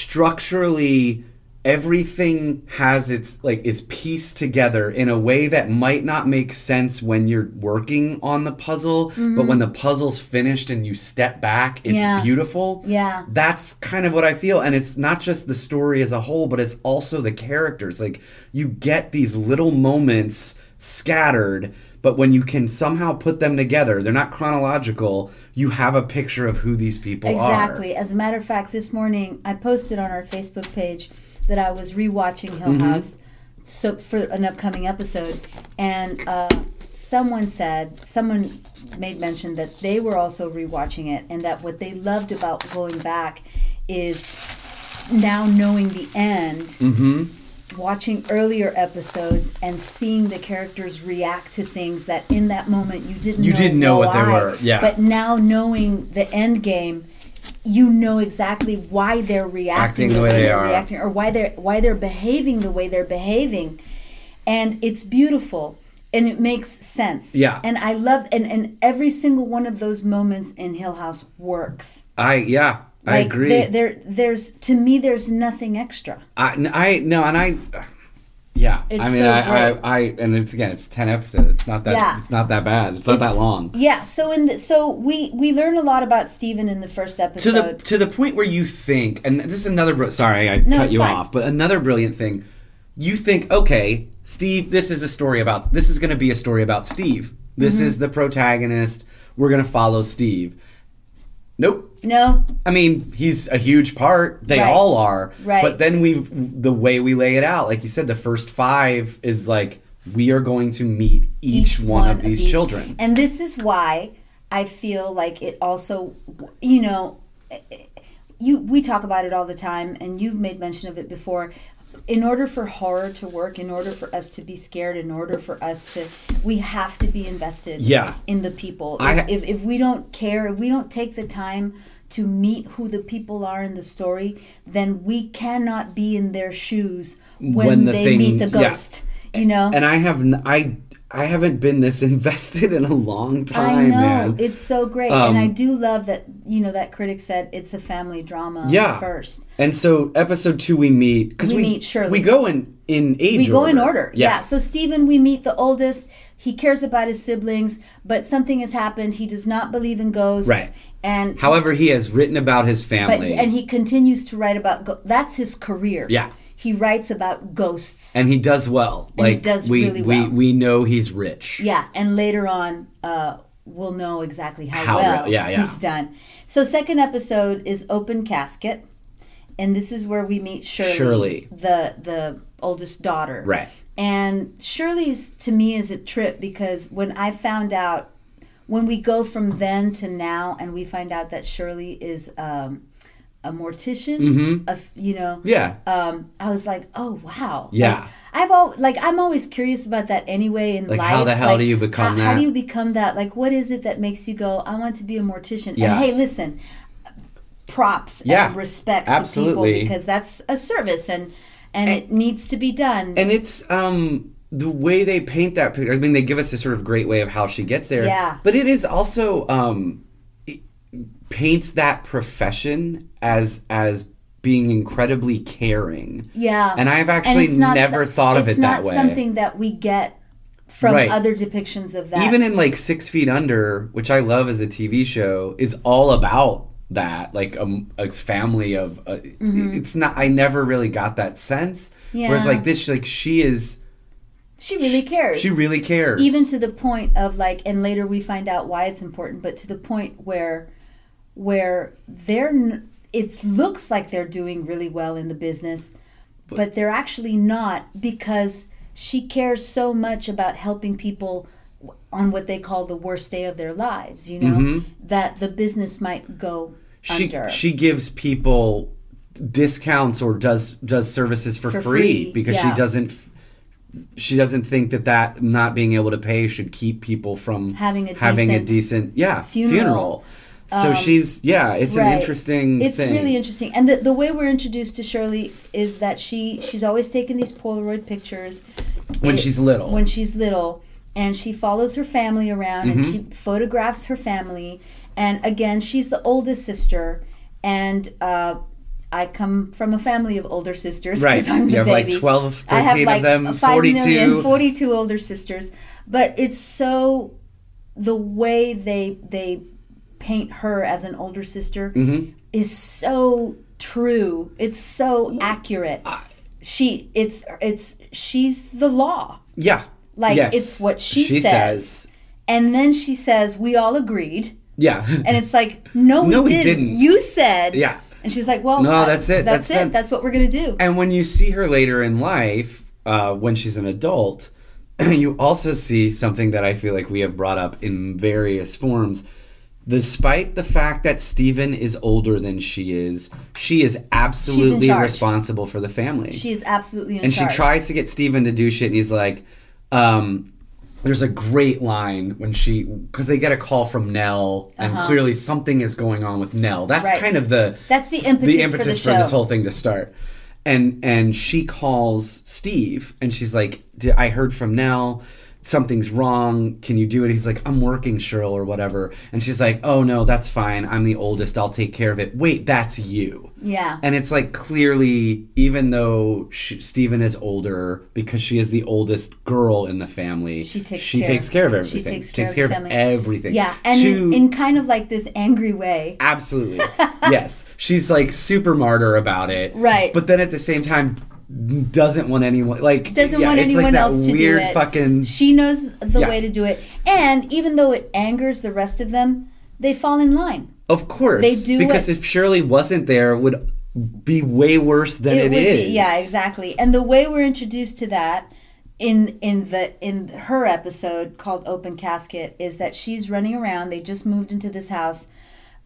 Speaker 2: structurally everything has its like is pieced together in a way that might not make sense when you're working on the puzzle but when the puzzle's finished and you step back it's
Speaker 1: Mm-hmm. Yeah.
Speaker 2: beautiful
Speaker 1: Yeah.
Speaker 2: that's kind of what i feel and it's not just the story as a whole but it's also the characters like you get these little moments scattered but when you can somehow put them together they're not chronological you have a picture of who these people are
Speaker 1: Exactly. As a matter of fact, this morning I posted on our Facebook page that I was rewatching Hill
Speaker 2: Mm-hmm.
Speaker 1: House, so for an upcoming episode, and uh, someone said someone made mention that they were also rewatching it, and that what they loved about going back is now knowing the end
Speaker 2: Mm-hmm.
Speaker 1: watching earlier episodes and seeing the characters react to things that in that moment you didn't
Speaker 2: You
Speaker 1: know
Speaker 2: didn't know what they
Speaker 1: why,
Speaker 2: were, yeah.
Speaker 1: but now knowing the end game you know exactly why they're reacting
Speaker 2: Acting the way they
Speaker 1: they're
Speaker 2: are.
Speaker 1: reacting or why they're why they're behaving the way they're behaving and it's beautiful and it makes sense
Speaker 2: Yeah.
Speaker 1: and i love and and every single one of those moments in hill house works
Speaker 2: I yeah, I
Speaker 1: like
Speaker 2: agree.
Speaker 1: there- there there's to me there's nothing extra
Speaker 2: I, n- I- no, and I yeah.
Speaker 1: It's
Speaker 2: I mean,
Speaker 1: so
Speaker 2: I,
Speaker 1: great.
Speaker 2: I I and it's again, it's ten episodes. It's not that
Speaker 1: Yeah.
Speaker 2: it's not that bad. It's not that
Speaker 1: It's-
Speaker 2: long.
Speaker 1: Yeah. So in the, so we we learn a lot about Stephen in the first
Speaker 2: To
Speaker 1: episode.
Speaker 2: the to the point where you think, and this is another. Br- sorry, I cut
Speaker 1: it's
Speaker 2: you
Speaker 1: fine.
Speaker 2: off, but another brilliant thing. You think, okay, Steve, this is a story about. This is going to be a story about Steve. This
Speaker 1: Mm-hmm.
Speaker 2: is the protagonist. We're going to follow Steve. Nope.
Speaker 1: no.
Speaker 2: I mean, he's a huge part. They
Speaker 1: Right.
Speaker 2: all are.
Speaker 1: Right.
Speaker 2: But then we, the way we lay it out, like you said, the first five is like we are going to meet each, one, of these, children.
Speaker 1: And this is why I feel like it also, you know, you we talk about it all the time, and you've made mention of it before. in order for horror to work, in order for us to be scared, in order for us to, we have to be invested
Speaker 2: Yeah.
Speaker 1: in the people.
Speaker 2: I-
Speaker 1: if, if, if we don't care, if we don't take the time to meet who the people are in the story, then we cannot be in their shoes when,
Speaker 2: When the
Speaker 1: they
Speaker 2: thing-
Speaker 1: meet the
Speaker 2: yeah.
Speaker 1: ghost. You know?
Speaker 2: and I have n- I I haven't been this [LAUGHS] invested in a long time,
Speaker 1: I know.
Speaker 2: man. Um,
Speaker 1: It's so great. and I do love that, you know, that critic said it's a family drama
Speaker 2: Yeah.
Speaker 1: first.
Speaker 2: and so episode two we meet because
Speaker 1: We
Speaker 2: we,
Speaker 1: meet Shirley.
Speaker 2: We go in in age.
Speaker 1: we go in
Speaker 2: order.
Speaker 1: order. Yeah. So Stephen, we meet the oldest. He cares about his siblings, but something has happened. He does not believe in ghosts.
Speaker 2: Right.
Speaker 1: And
Speaker 2: However, he has written about his
Speaker 1: but
Speaker 2: family,
Speaker 1: he, and he continues to write about. Go- that's his career.
Speaker 2: Yeah.
Speaker 1: He writes about ghosts.
Speaker 2: and he does well.
Speaker 1: he
Speaker 2: like
Speaker 1: does
Speaker 2: we
Speaker 1: really
Speaker 2: we
Speaker 1: well.
Speaker 2: we know he's rich.
Speaker 1: yeah. And later on, uh, we'll know exactly how,
Speaker 2: How
Speaker 1: well
Speaker 2: well- yeah, yeah.
Speaker 1: he's done. So second episode is open casket, and this is where we meet Shirley,
Speaker 2: Shirley.
Speaker 1: the the oldest daughter.
Speaker 2: Right.
Speaker 1: And Shirley's to me is a trip because when I found out, when we go from then to now, and we find out that Shirley is um, a mortician,
Speaker 2: Mm-hmm.
Speaker 1: a f- you know,
Speaker 2: Yeah.
Speaker 1: Um, I was like, oh wow, Like,
Speaker 2: Yeah.
Speaker 1: I've al- like I'm always curious about that anyway in
Speaker 2: Like,
Speaker 1: life.
Speaker 2: how the hell do you become
Speaker 1: how, How do
Speaker 2: that?
Speaker 1: you become that? Like, what is it that makes you go? I want to be a mortician.
Speaker 2: Yeah.
Speaker 1: And hey, listen, props
Speaker 2: Yeah.
Speaker 1: and respect to
Speaker 2: Absolutely.
Speaker 1: people because that's a service and and it needs to be done.
Speaker 2: and it's um the way they paint that picture. I mean, they give us this sort of great way of how she gets there.
Speaker 1: Yeah.
Speaker 2: But it is also um, it paints that profession as as being incredibly caring.
Speaker 1: Yeah.
Speaker 2: And I've actually
Speaker 1: it's not
Speaker 2: never
Speaker 1: so-
Speaker 2: thought of
Speaker 1: it's
Speaker 2: it that
Speaker 1: not
Speaker 2: way.
Speaker 1: something that we get from
Speaker 2: Right.
Speaker 1: other depictions of that.
Speaker 2: Even in like Six Feet Under, which I love as a TV show, is all about that like um, a family of uh, it's not i never really got that sense whereas
Speaker 1: Mm-hmm. Yeah.
Speaker 2: like this like she is
Speaker 1: she really cares.
Speaker 2: she really cares
Speaker 1: even to the point of like and later we find out why it's important, but to the point where where they're n- it looks like they're doing really well in the business, but, they're actually not because she cares so much about helping people w- on what they call the worst day of their lives, you know, that the business might go
Speaker 2: Mm-hmm. she
Speaker 1: under.
Speaker 2: she gives people discounts or does does services for, free,
Speaker 1: free,
Speaker 2: because she
Speaker 1: yeah.
Speaker 2: doesn't f- she doesn't think that that not being able to pay should keep people from
Speaker 1: Having a
Speaker 2: a
Speaker 1: decent
Speaker 2: decent yeah
Speaker 1: funeral. Um,
Speaker 2: So she's yeah, it's an
Speaker 1: Right.
Speaker 2: interesting
Speaker 1: it's
Speaker 2: thing.
Speaker 1: really interesting and the, the way we're introduced to shirley is that she she's always taking these polaroid pictures
Speaker 2: When she's little.
Speaker 1: when she's little and she follows her family around and
Speaker 2: Mm-hmm.
Speaker 1: she photographs her family and again she's the oldest sister and uh I come from a family of older sisters. [LAUGHS] 'cause
Speaker 2: Right.
Speaker 1: I'm the
Speaker 2: You have, like,
Speaker 1: baby.
Speaker 2: 12,
Speaker 1: I have
Speaker 2: 13 of
Speaker 1: like
Speaker 2: them,
Speaker 1: 5 million,
Speaker 2: 42.
Speaker 1: 42 older sisters. But it's so the way they they paint her as an older sister
Speaker 2: Mm-hmm.
Speaker 1: is so true. It's so accurate. she it's it's she's the law.
Speaker 2: yeah.
Speaker 1: like,
Speaker 2: Yes.
Speaker 1: it's what she says.
Speaker 2: says.
Speaker 1: And then she says, "We all agreed."
Speaker 2: Yeah.
Speaker 1: And it's like, "No, we,
Speaker 2: No, we
Speaker 1: didn't.
Speaker 2: didn't.
Speaker 1: You said."
Speaker 2: Yeah.
Speaker 1: And she's like, "Well,
Speaker 2: No,
Speaker 1: I-
Speaker 2: that's it.
Speaker 1: That's,
Speaker 2: That's
Speaker 1: it.
Speaker 2: done."
Speaker 1: That's what we're gonna do."
Speaker 2: And when you see her later in life, uh, when she's an adult, [CLEARS THROAT] you also see something that I feel like we have brought up in various forms. Despite the fact that Stephen is older than she is, she is absolutely
Speaker 1: charge.
Speaker 2: responsible for the family.
Speaker 1: she is absolutely in
Speaker 2: and
Speaker 1: charge.
Speaker 2: she tries to get Steven to do shit, and he's like, um, there's a great line when she, because they get a call from Nell, and clearly something is going on with Nell. That's
Speaker 1: Uh-huh. Right.
Speaker 2: kind of the
Speaker 1: That's the impetus,
Speaker 2: the impetus
Speaker 1: for
Speaker 2: for,
Speaker 1: the show.
Speaker 2: this whole thing to start. And and she calls Steve, and she's like, D- I heard from Nell. Something's wrong. Can you do it? He's like, I'm working, Cheryl, or whatever. And she's like, Oh no, that's fine. I'm the oldest. I'll take care of it. Wait, that's you.
Speaker 1: Yeah.
Speaker 2: And it's like clearly, even though sh Stephen is older, because she is the oldest girl in the family,
Speaker 1: She takes
Speaker 2: she
Speaker 1: care-
Speaker 2: takes care of
Speaker 1: she
Speaker 2: everything.
Speaker 1: takes care of the family.
Speaker 2: everything.
Speaker 1: yeah, and in,
Speaker 2: To-
Speaker 1: in kind of like this angry way.
Speaker 2: absolutely yes, she's like super martyr about it.
Speaker 1: Right.
Speaker 2: But then at the same time, doesn't want anyone like
Speaker 1: doesn't
Speaker 2: yeah,
Speaker 1: want
Speaker 2: it's like
Speaker 1: anyone
Speaker 2: that
Speaker 1: else to
Speaker 2: weird
Speaker 1: do it.
Speaker 2: Fucking
Speaker 1: she knows the
Speaker 2: Yeah.
Speaker 1: way to do it, and even though it angers the rest of them, they fall in line.
Speaker 2: of course
Speaker 1: They do
Speaker 2: because
Speaker 1: it-
Speaker 2: if Shirley wasn't there, it would be way worse than it is.
Speaker 1: Be, yeah, exactly. And the way we're introduced to that in in the in her episode called Open Casket is that she's running around. They just moved into this house.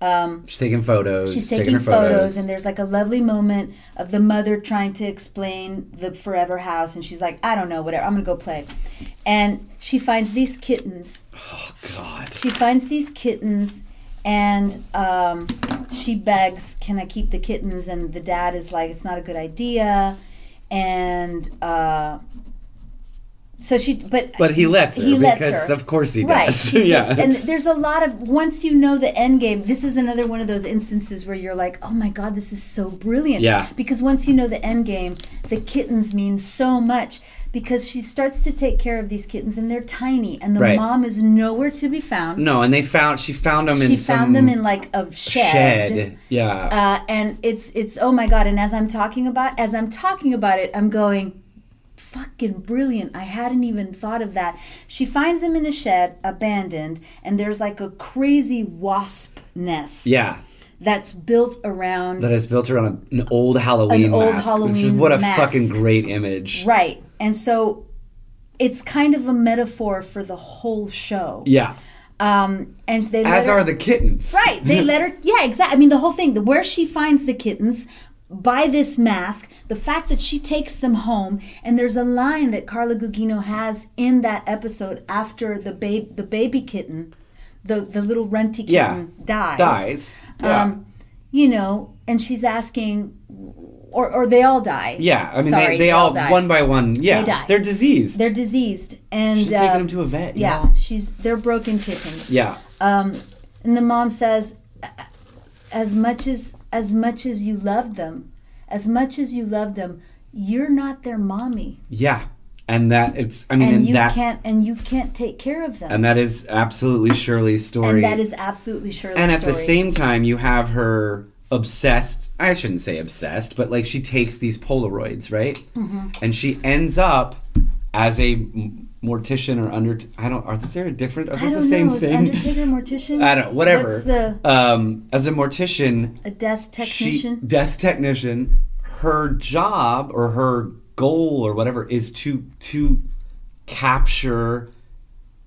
Speaker 1: Um,
Speaker 2: She's taking photos.
Speaker 1: she's
Speaker 2: her
Speaker 1: taking photos, and there's like a lovely moment of the mother trying to explain the forever house, and she's like, I don't know, whatever, I'm gonna go play. And she finds these kittens.
Speaker 2: oh God.
Speaker 1: She finds these kittens, and um, she begs, Can I keep the kittens? And the dad is like, It's not a good idea. And uh, so she, but.
Speaker 2: But he lets her
Speaker 1: He lets
Speaker 2: because
Speaker 1: her.
Speaker 2: of course he
Speaker 1: Right.
Speaker 2: does. [LAUGHS]
Speaker 1: he
Speaker 2: yeah.
Speaker 1: takes- and there's a lot of once you know the end game. This is another one of those instances where you're like, "Oh my god, this is so brilliant."
Speaker 2: Yeah.
Speaker 1: Because once you know the end game, the kittens mean so much because she starts to take care of these kittens and they're tiny and the
Speaker 2: Right.
Speaker 1: mom is nowhere to be found.
Speaker 2: no, and they found she found them
Speaker 1: she
Speaker 2: in some
Speaker 1: found them in like a
Speaker 2: shed. Yeah.
Speaker 1: uh, and it's it's oh my god and as i'm talking about as i'm talking about it i'm going fucking brilliant i hadn't even thought of that she finds him in a shed abandoned and there's like a crazy wasp nest
Speaker 2: yeah.
Speaker 1: that's built around
Speaker 2: That is built around an old Halloween
Speaker 1: An old
Speaker 2: mask. which is
Speaker 1: Halloween
Speaker 2: what a
Speaker 1: mask.
Speaker 2: fucking great image.
Speaker 1: right and so it's kind of a metaphor for the whole show
Speaker 2: Yeah.
Speaker 1: um and they let
Speaker 2: As
Speaker 1: her-
Speaker 2: are the kittens.
Speaker 1: Right. They let her. Yeah, exactly. I mean, the whole thing. The where she finds the kittens by this mask, the fact that she takes them home, and there's a line that Carla Gugino has in that episode after the babe, the baby kitten, the the little runty kitten
Speaker 2: Yeah.
Speaker 1: dies.
Speaker 2: Dies. Yeah.
Speaker 1: Um, you know, and she's asking, or or they all die.
Speaker 2: yeah. I mean,
Speaker 1: Sorry,
Speaker 2: they, they all,
Speaker 1: die.
Speaker 2: one by one. Yeah.
Speaker 1: They die.
Speaker 2: are diseased.
Speaker 1: They're diseased, and
Speaker 2: She's
Speaker 1: uh,
Speaker 2: taking them to a vet.
Speaker 1: yeah,
Speaker 2: y'all.
Speaker 1: she's they're broken kittens.
Speaker 2: Yeah.
Speaker 1: um, and the mom says as much as as much as you love them as much as you love them you're not their mommy
Speaker 2: Yeah. And that it's. I mean,
Speaker 1: and
Speaker 2: and
Speaker 1: you
Speaker 2: that
Speaker 1: can't and you can't take care of them
Speaker 2: and that is absolutely Shirley's story.
Speaker 1: And that is absolutely Shirley's
Speaker 2: and at
Speaker 1: story
Speaker 2: the same time you have her obsessed i shouldn't say obsessed but like she takes these polaroids right
Speaker 1: Mm-hmm.
Speaker 2: and she ends up as a m- mortician or under i don't are is there a difference are
Speaker 1: I
Speaker 2: those
Speaker 1: don't
Speaker 2: the same
Speaker 1: know. Is
Speaker 2: thing
Speaker 1: Undertaker a mortician?
Speaker 2: [LAUGHS] i don't whatever
Speaker 1: What's the
Speaker 2: um as a mortician
Speaker 1: a death technician?
Speaker 2: she death technician her job or her goal or whatever is to to capture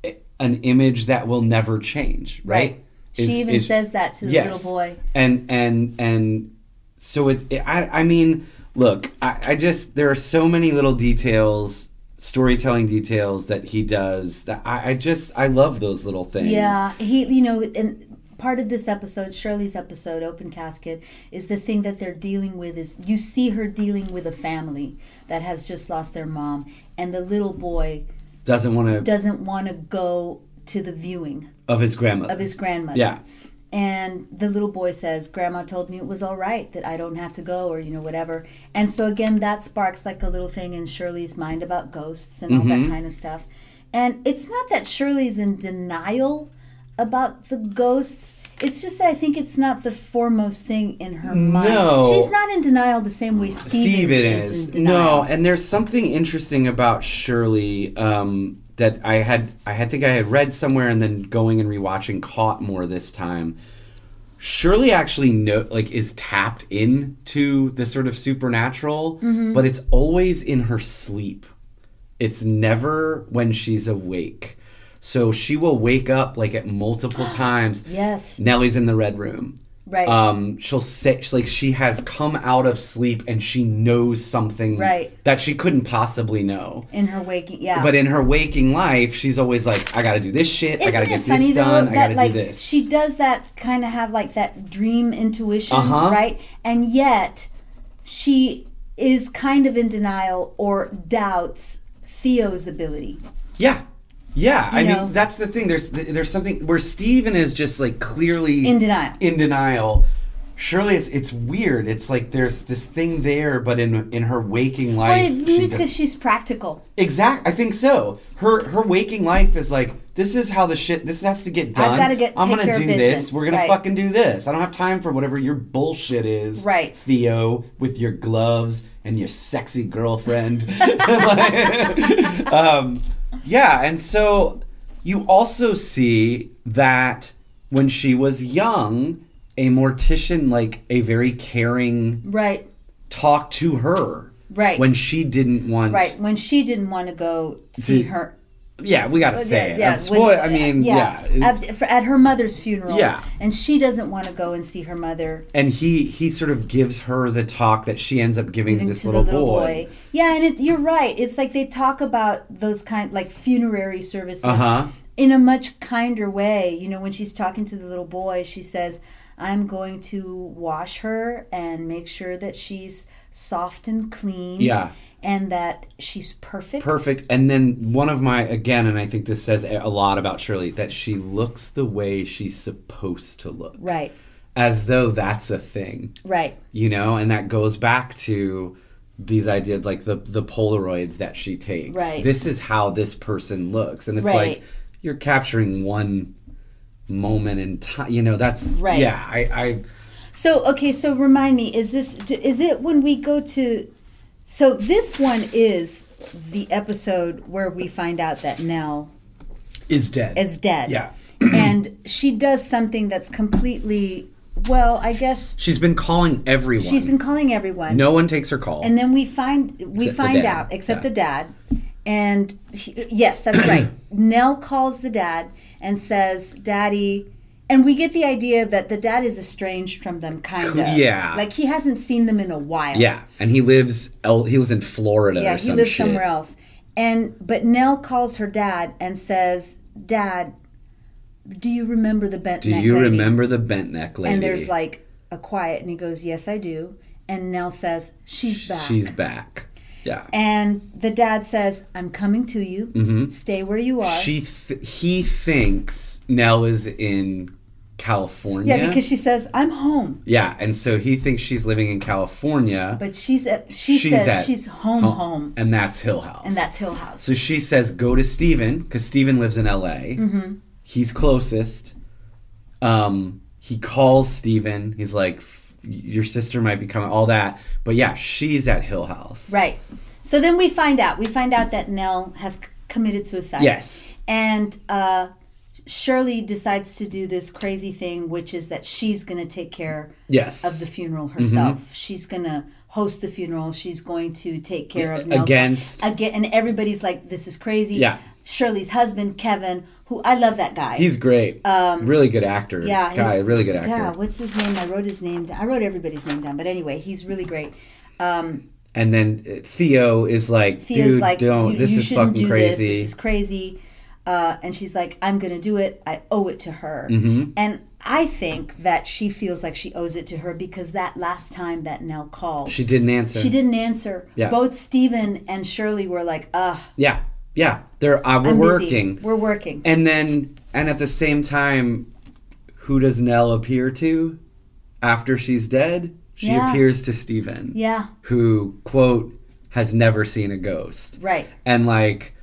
Speaker 2: i- an image that will never change right,
Speaker 1: She
Speaker 2: Is-
Speaker 1: even
Speaker 2: is-
Speaker 1: says that to the
Speaker 2: yes.
Speaker 1: little boy.
Speaker 2: and and and so it, it I, I mean look I, I just there are so many little details storytelling details that he does that I, I just i love those little things
Speaker 1: Yeah, he, you know, and part of this episode, Shirley's episode, Open Casket, is the thing that they're dealing with is you see her dealing with a family that has just lost their mom, and the little boy
Speaker 2: doesn't want to
Speaker 1: doesn't want to go to the viewing
Speaker 2: of his grandmother
Speaker 1: of his grandmother.
Speaker 2: yeah
Speaker 1: And the little boy says, Grandma told me it was all right, that I don't have to go, or, you know, whatever. And so, again, that sparks like a little thing in Shirley's mind about ghosts and all
Speaker 2: Mm-hmm.
Speaker 1: that kind of stuff. And it's not that Shirley's in denial about the ghosts. It's just that I think it's not the foremost thing in her mind.
Speaker 2: No.
Speaker 1: She's not in denial the same way Steven,
Speaker 2: Steve, it
Speaker 1: is.
Speaker 2: is.
Speaker 1: in
Speaker 2: No,
Speaker 1: denial.
Speaker 2: and there's something interesting about Shirley um, that I had. I had think I had read somewhere, and then going and rewatching caught more this time. Shirley actually no, like is tapped into the sort of supernatural,
Speaker 1: Mm-hmm.
Speaker 2: but it's always in her sleep. It's never when she's awake. So she will wake up like
Speaker 1: [GASPS]
Speaker 2: at multiple times.
Speaker 1: Yes.
Speaker 2: Nellie's in the red room.
Speaker 1: Right.
Speaker 2: Um, she'll say she- like she has come out of sleep and she knows something
Speaker 1: Right.
Speaker 2: that she couldn't possibly know.
Speaker 1: in her waking, yeah.
Speaker 2: But in her waking life, she's always like, I gotta do this shit, I
Speaker 1: Isn't
Speaker 2: gotta
Speaker 1: it
Speaker 2: get
Speaker 1: funny
Speaker 2: this done,
Speaker 1: though
Speaker 2: I
Speaker 1: that
Speaker 2: gotta
Speaker 1: like
Speaker 2: do this.
Speaker 1: she does that kind of have like that dream intuition,
Speaker 2: Uh-huh.
Speaker 1: right? And yet she is kind of in denial or doubts Theo's ability.
Speaker 2: yeah. Yeah. I
Speaker 1: know.
Speaker 2: mean that's the thing. There's there's something where Steven is just like clearly
Speaker 1: In denial.
Speaker 2: In denial. Surely it's it's weird. It's like there's this thing there, but in in her waking
Speaker 1: But
Speaker 2: life.
Speaker 1: it
Speaker 2: she
Speaker 1: means
Speaker 2: just-
Speaker 1: because she's practical.
Speaker 2: Exact. I think so. Her her waking life is like this is how the shit. This has to get done.
Speaker 1: gotta get-
Speaker 2: I'm
Speaker 1: take
Speaker 2: gonna
Speaker 1: care of
Speaker 2: do
Speaker 1: business.
Speaker 2: this. We're gonna
Speaker 1: Right.
Speaker 2: fucking do this. I don't have time for whatever your bullshit is.
Speaker 1: Right.
Speaker 2: Theo, with your gloves and your sexy
Speaker 1: [LAUGHS]
Speaker 2: girlfriend. [LAUGHS] Like, um, yeah, and so you also see that when she was young, a mortician, like a very caring,
Speaker 1: Right.
Speaker 2: talked to her.
Speaker 1: Right.
Speaker 2: When she didn't want
Speaker 1: Right. When she didn't want to go see
Speaker 2: To-
Speaker 1: her
Speaker 2: Yeah, we gotta
Speaker 1: But
Speaker 2: say it. I'm
Speaker 1: when-
Speaker 2: spoil- I mean, yeah.
Speaker 1: At, for- at her mother's funeral.
Speaker 2: Yeah.
Speaker 1: And she doesn't want to go and see her mother.
Speaker 2: and he he sort of gives her the talk that she ends up giving to
Speaker 1: even
Speaker 2: this
Speaker 1: to
Speaker 2: little,
Speaker 1: the little
Speaker 2: boy.
Speaker 1: boy. Yeah, and it, you're right. It's like they talk about those kind like funerary services
Speaker 2: Uh-huh.
Speaker 1: in a much kinder way. You know, when she's talking to the little boy, she says, "I'm going to wash her and make sure that she's soft and clean,
Speaker 2: Yeah.
Speaker 1: and that she's perfect."
Speaker 2: Perfect. And then one of my again, and I think this says a lot about Shirley that she looks the way she's supposed to look,
Speaker 1: Right,
Speaker 2: as though that's a thing,
Speaker 1: right,
Speaker 2: you know. And that goes back to these ideas like the the Polaroids that she takes.
Speaker 1: Right.
Speaker 2: This is how this person looks, and it's
Speaker 1: Right.
Speaker 2: like you're capturing one moment in time. You know, that's
Speaker 1: Right.
Speaker 2: Yeah, I, I
Speaker 1: So okay, so remind me, is this d- is it when we go to? So this one is the episode where we find out that Nell
Speaker 2: is dead.
Speaker 1: is dead.
Speaker 2: Yeah.
Speaker 1: and she does something that's completely well, I guess
Speaker 2: She's been calling everyone.
Speaker 1: she's been calling everyone.
Speaker 2: no one takes her call.
Speaker 1: And then we find we
Speaker 2: Except the
Speaker 1: find
Speaker 2: dad.
Speaker 1: out except
Speaker 2: Yeah.
Speaker 1: the dad and he, yes,
Speaker 2: [CLEARS THROAT]
Speaker 1: that's right. Nell calls the dad and says, "Daddy," and we get the idea that the dad is estranged from them kind of.
Speaker 2: Yeah.
Speaker 1: Like he hasn't seen them in a while.
Speaker 2: yeah, and he lives el- he lives in Florida
Speaker 1: Yeah,
Speaker 2: or
Speaker 1: he
Speaker 2: some
Speaker 1: lives
Speaker 2: shit.
Speaker 1: somewhere else. And but Nell calls her dad and says, "Dad, do you remember the bent
Speaker 2: Do
Speaker 1: neck
Speaker 2: you
Speaker 1: lady?"
Speaker 2: remember the bent neck lady?
Speaker 1: And there's like a quiet, and he goes, "Yes, I do." And Nell says, "She's back."
Speaker 2: she's back. Yeah.
Speaker 1: and the dad says, "I'm coming to you. Stay where you are."
Speaker 2: Mm-hmm. she th- he thinks Nell is in California.
Speaker 1: yeah, because she says, "I'm home,"
Speaker 2: Yeah, and so he thinks she's living in California.
Speaker 1: but she's at, she
Speaker 2: She's
Speaker 1: says
Speaker 2: at
Speaker 1: she's home,
Speaker 2: home.
Speaker 1: home,
Speaker 2: and that's Hill House.
Speaker 1: and that's Hill House.
Speaker 2: So she says, go to Steven, because Steven lives in LA.
Speaker 1: Mm-hmm.
Speaker 2: He's closest. Um, he calls Steven. He's like, "F- your sister might be coming, all that. But yeah, she's at Hill House.
Speaker 1: right. So then we find out. We find out that Nell has c- committed suicide.
Speaker 2: Yes.
Speaker 1: And uh, Shirley decides to do this crazy thing, which is that she's going to take care
Speaker 2: Yes.
Speaker 1: of the funeral
Speaker 2: Mm-hmm.
Speaker 1: herself. She's going to host the funeral. She's going to take care of Nell's
Speaker 2: Against.
Speaker 1: again. And everybody's like, "This is crazy."
Speaker 2: Yeah.
Speaker 1: Shirley's husband, Kevin, who I love that guy.
Speaker 2: He's great. Um, really good actor.
Speaker 1: yeah, he's-
Speaker 2: Guy, really good
Speaker 1: yeah.
Speaker 2: actor.
Speaker 1: What's his name? I wrote his name. Down. I wrote everybody's name down, but anyway, he's really great.
Speaker 2: And then uh, Theo is like,
Speaker 1: Theo's
Speaker 2: dude,
Speaker 1: like,
Speaker 2: don't.
Speaker 1: you,
Speaker 2: this
Speaker 1: you
Speaker 2: is
Speaker 1: shouldn't
Speaker 2: fucking
Speaker 1: do
Speaker 2: crazy.
Speaker 1: This. this is crazy. Uh, and she's like, I'm going to do it. I owe it to her.
Speaker 2: Mm-hmm.
Speaker 1: And I think that she feels like she owes it to her because that last time that Nell called, she,
Speaker 2: she didn't answer.
Speaker 1: didn't answer.
Speaker 2: Yeah.
Speaker 1: Both Stephen and Shirley were like, ugh,
Speaker 2: Yeah. Yeah. They're, uh, we're
Speaker 1: I'm
Speaker 2: working.
Speaker 1: Busy. We're working.
Speaker 2: And then, and at the same time, who does Nell appear to after she's dead? She
Speaker 1: Yeah.
Speaker 2: appears to Stephen,
Speaker 1: yeah,
Speaker 2: who, quote, has never seen a ghost.
Speaker 1: right.
Speaker 2: And like,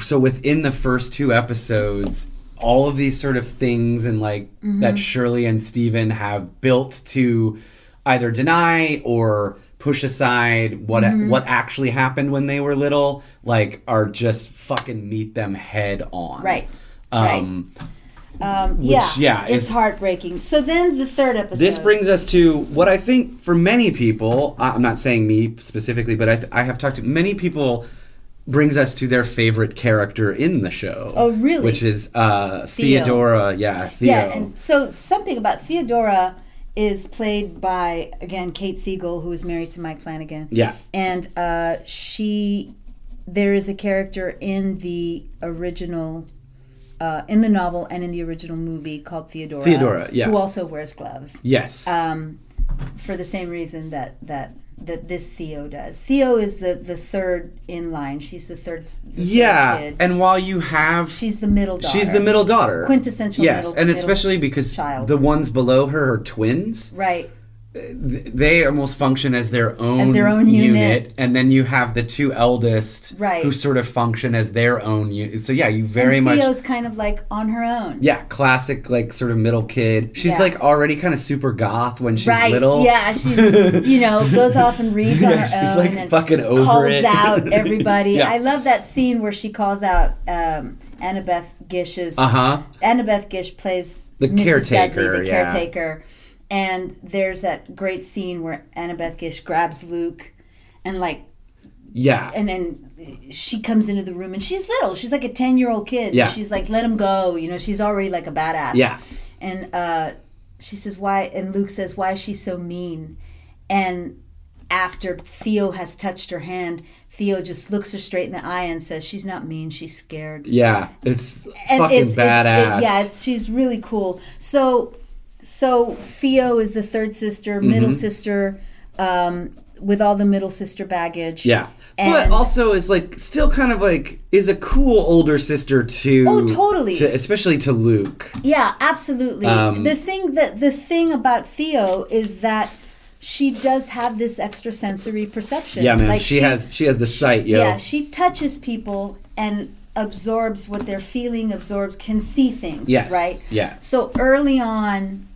Speaker 2: so within the first two episodes, all of these sort of things and like
Speaker 1: Mm-hmm.
Speaker 2: that Shirley and Stephen have built to either deny or push aside what
Speaker 1: Mm-hmm.
Speaker 2: what actually happened when they were little, like are just fucking meet them head on.
Speaker 1: Right.
Speaker 2: Um,
Speaker 1: Um, yeah.
Speaker 2: yeah,
Speaker 1: It's
Speaker 2: is-
Speaker 1: heartbreaking. So then the third episode.
Speaker 2: This brings us to what I think for many people, I- I'm not saying me specifically, but I, th- I have talked to many people, brings us to their favorite character in the show.
Speaker 1: Oh, really?
Speaker 2: Which is uh,
Speaker 1: Theo.
Speaker 2: Theodora. Yeah, Theo.
Speaker 1: Yeah, and so something about Theodora is played by again Kate Siegel, who is married to Mike Flanagan.
Speaker 2: Yeah.
Speaker 1: and uh, she, there is a character in the original, uh, in the novel and in the original movie called Theodora.
Speaker 2: Theodora, yeah.
Speaker 1: who also wears gloves
Speaker 2: yes.
Speaker 1: um, for the same reason that that that this Theo does. Theo is the the third in line. She's the third. s- The third
Speaker 2: yeah,
Speaker 1: kid.
Speaker 2: and while you have.
Speaker 1: she's the middle daughter.
Speaker 2: She's the middle daughter.
Speaker 1: Quintessential
Speaker 2: Yes,
Speaker 1: middle-
Speaker 2: and
Speaker 1: middle
Speaker 2: especially because
Speaker 1: child.
Speaker 2: the ones below her are twins.
Speaker 1: Right.
Speaker 2: Th- They almost function as their own
Speaker 1: As their own unit.
Speaker 2: and then you have the two eldest
Speaker 1: Right.
Speaker 2: who sort of function as their own unit. So yeah, you very
Speaker 1: and
Speaker 2: much
Speaker 1: Theo's kind of like on her own.
Speaker 2: Yeah, classic like sort of middle kid. She's
Speaker 1: Yeah.
Speaker 2: like already kind of super goth when she's
Speaker 1: right.
Speaker 2: little.
Speaker 1: Yeah, she's
Speaker 2: [LAUGHS]
Speaker 1: you know goes off and reads on
Speaker 2: Yeah,
Speaker 1: her
Speaker 2: she's,
Speaker 1: own
Speaker 2: like,
Speaker 1: and
Speaker 2: fucking over
Speaker 1: calls
Speaker 2: it.
Speaker 1: out
Speaker 2: [LAUGHS]
Speaker 1: everybody.
Speaker 2: Yeah.
Speaker 1: I love that scene where she calls out um, Annabeth Gish's.
Speaker 2: Uh huh.
Speaker 1: Annabeth Gish plays
Speaker 2: The
Speaker 1: Mrs.
Speaker 2: caretaker,
Speaker 1: Dudley, the
Speaker 2: yeah.
Speaker 1: caretaker, and there's that great scene where Annabeth Gish grabs Luke and like
Speaker 2: Yeah.
Speaker 1: and then she comes into the room and she's little. She's like a 10 year old kid.
Speaker 2: Yeah.
Speaker 1: She's like, let him go. You know, she's already like a badass.
Speaker 2: Yeah.
Speaker 1: And uh, she says, why? And Luke says, why is she so mean? And after Theo has touched her hand, Theo just looks her straight in the eye and says, she's not mean. She's scared.
Speaker 2: Yeah. It's
Speaker 1: And
Speaker 2: fucking
Speaker 1: it's- it's- it-
Speaker 2: badass.
Speaker 1: yeah, it's, she's really cool. So, so Theo is the third sister,
Speaker 2: Mm-hmm.
Speaker 1: middle sister, um, with all the middle sister baggage.
Speaker 2: Yeah. but
Speaker 1: And-
Speaker 2: also is like still kind of like is a cool older sister to
Speaker 1: Oh, totally.
Speaker 2: to- especially to Luke.
Speaker 1: Yeah, absolutely.
Speaker 2: Um,
Speaker 1: the thing that the thing about Theo is that she does have this extrasensory perception.
Speaker 2: Yeah, man.
Speaker 1: Like
Speaker 2: she, has she has the sight, yo.
Speaker 1: Yeah, she touches people and absorbs what they're feeling, absorbs, can see things.
Speaker 2: Yes,
Speaker 1: Right.
Speaker 2: yeah.
Speaker 1: So early on,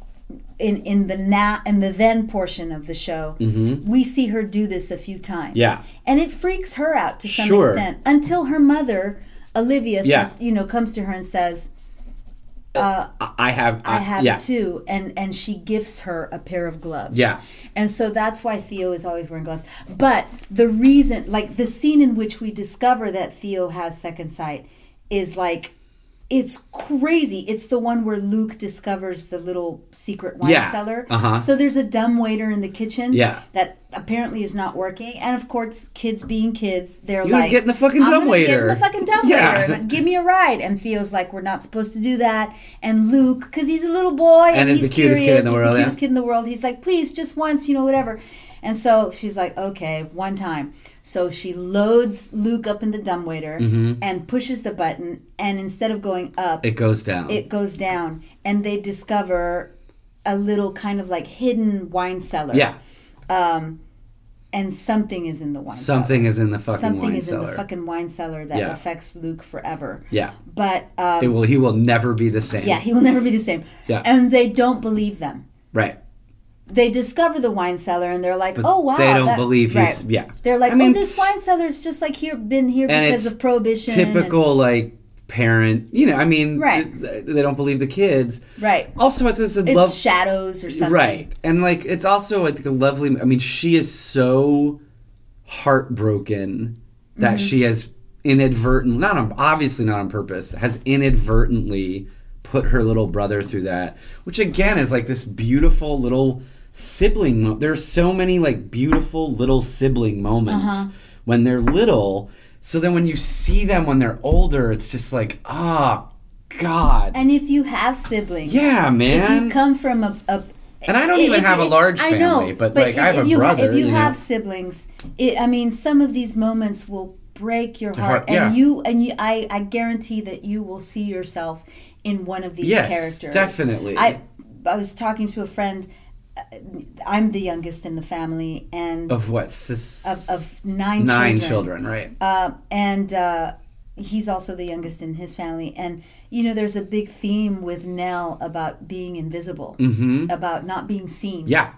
Speaker 1: in in the now in the then portion of the show, we see her do this a few times.
Speaker 2: Mm-hmm. Yeah.
Speaker 1: And it freaks her out to some
Speaker 2: Sure.
Speaker 1: extent until her mother, Olivia,
Speaker 2: Yeah.
Speaker 1: says, you know, comes to her and says.
Speaker 2: I, I have
Speaker 1: I have
Speaker 2: yeah.
Speaker 1: two, and and she gifts her a pair of gloves.
Speaker 2: Yeah.
Speaker 1: and so that's why Theo is always wearing gloves. But the reason, like the scene in which we discover that Theo has second sight, is like. It's crazy. It's the one where Luke discovers the little secret wine
Speaker 2: Yeah.
Speaker 1: cellar.
Speaker 2: Uh-huh.
Speaker 1: So there's a dumb waiter in the kitchen
Speaker 2: Yeah.
Speaker 1: that apparently is not working. And of course, kids being kids, they're
Speaker 2: You're
Speaker 1: like,
Speaker 2: getting the fucking
Speaker 1: "I'm gonna
Speaker 2: dumbwaiter."
Speaker 1: Get in the fucking dumb
Speaker 2: [LAUGHS] Yeah.
Speaker 1: waiter. And give me a ride. And Theo's like, we're not supposed to do that. And Luke, because he's a little boy and,
Speaker 2: And he's the cutest kid in the
Speaker 1: he's
Speaker 2: world,
Speaker 1: the
Speaker 2: yeah.
Speaker 1: cutest kid in the world. He's like, please, just once, you know, whatever. And so she's like, okay, one time. So she loads Luke up in the dumbwaiter and pushes the button. And instead of going up,
Speaker 2: Mm-hmm. It goes down.
Speaker 1: it goes down. And they discover a little kind of like hidden wine cellar.
Speaker 2: yeah.
Speaker 1: And something is in the wine cellar.
Speaker 2: Something is in the fucking
Speaker 1: Something
Speaker 2: wine
Speaker 1: is
Speaker 2: cellar.
Speaker 1: in the fucking wine cellar that
Speaker 2: Yeah.
Speaker 1: affects Luke forever.
Speaker 2: yeah.
Speaker 1: But um,
Speaker 2: It will he will never be the same.
Speaker 1: yeah, he will never be the same.
Speaker 2: Yeah.
Speaker 1: And they don't believe them.
Speaker 2: Right.
Speaker 1: They discover the wine cellar and they're like, "Oh wow!"
Speaker 2: they don't
Speaker 1: that-
Speaker 2: believe he's
Speaker 1: Right.
Speaker 2: yeah.
Speaker 1: They're like,
Speaker 2: I mean,
Speaker 1: "Oh, this
Speaker 2: it's
Speaker 1: wine cellar's just like here, been here
Speaker 2: And
Speaker 1: because
Speaker 2: it's
Speaker 1: of prohibition." and-
Speaker 2: typical like parent, you know, I mean,
Speaker 1: Right.
Speaker 2: th- they don't believe the kids.
Speaker 1: right?
Speaker 2: Also, it's this
Speaker 1: It's
Speaker 2: love,
Speaker 1: shadows or something.
Speaker 2: right and like it's also like a lovely i mean she is so heartbroken that
Speaker 1: Mm-hmm.
Speaker 2: she has inadvertently not on, obviously not on purpose has inadvertently put her little brother through that which again is like this beautiful little sibling mo- there are so many like beautiful little sibling moments
Speaker 1: Uh-huh.
Speaker 2: when they're little so then when you see them when they're older it's just like ah god
Speaker 1: And if you have siblings,
Speaker 2: yeah man
Speaker 1: if you come from a, a
Speaker 2: And I don't even have a large
Speaker 1: I know,
Speaker 2: family, but, like, I have
Speaker 1: if
Speaker 2: a
Speaker 1: you ha-
Speaker 2: brother,
Speaker 1: if you,
Speaker 2: you know.
Speaker 1: have siblings, it, I mean, some of these moments will break your heart,
Speaker 2: heart,
Speaker 1: and
Speaker 2: yeah.
Speaker 1: you and you, I, I guarantee that you will see yourself in one of these
Speaker 2: Yes,
Speaker 1: characters.
Speaker 2: definitely.
Speaker 1: I I was talking to a friend. uh, I'm the youngest in the family, and
Speaker 2: of what sis
Speaker 1: of, of nine,
Speaker 2: nine children. right
Speaker 1: uh, and uh, he's also the youngest in his family. And you know, there's a big theme with Nell about being invisible,
Speaker 2: Mm-hmm.
Speaker 1: about not being seen.
Speaker 2: yeah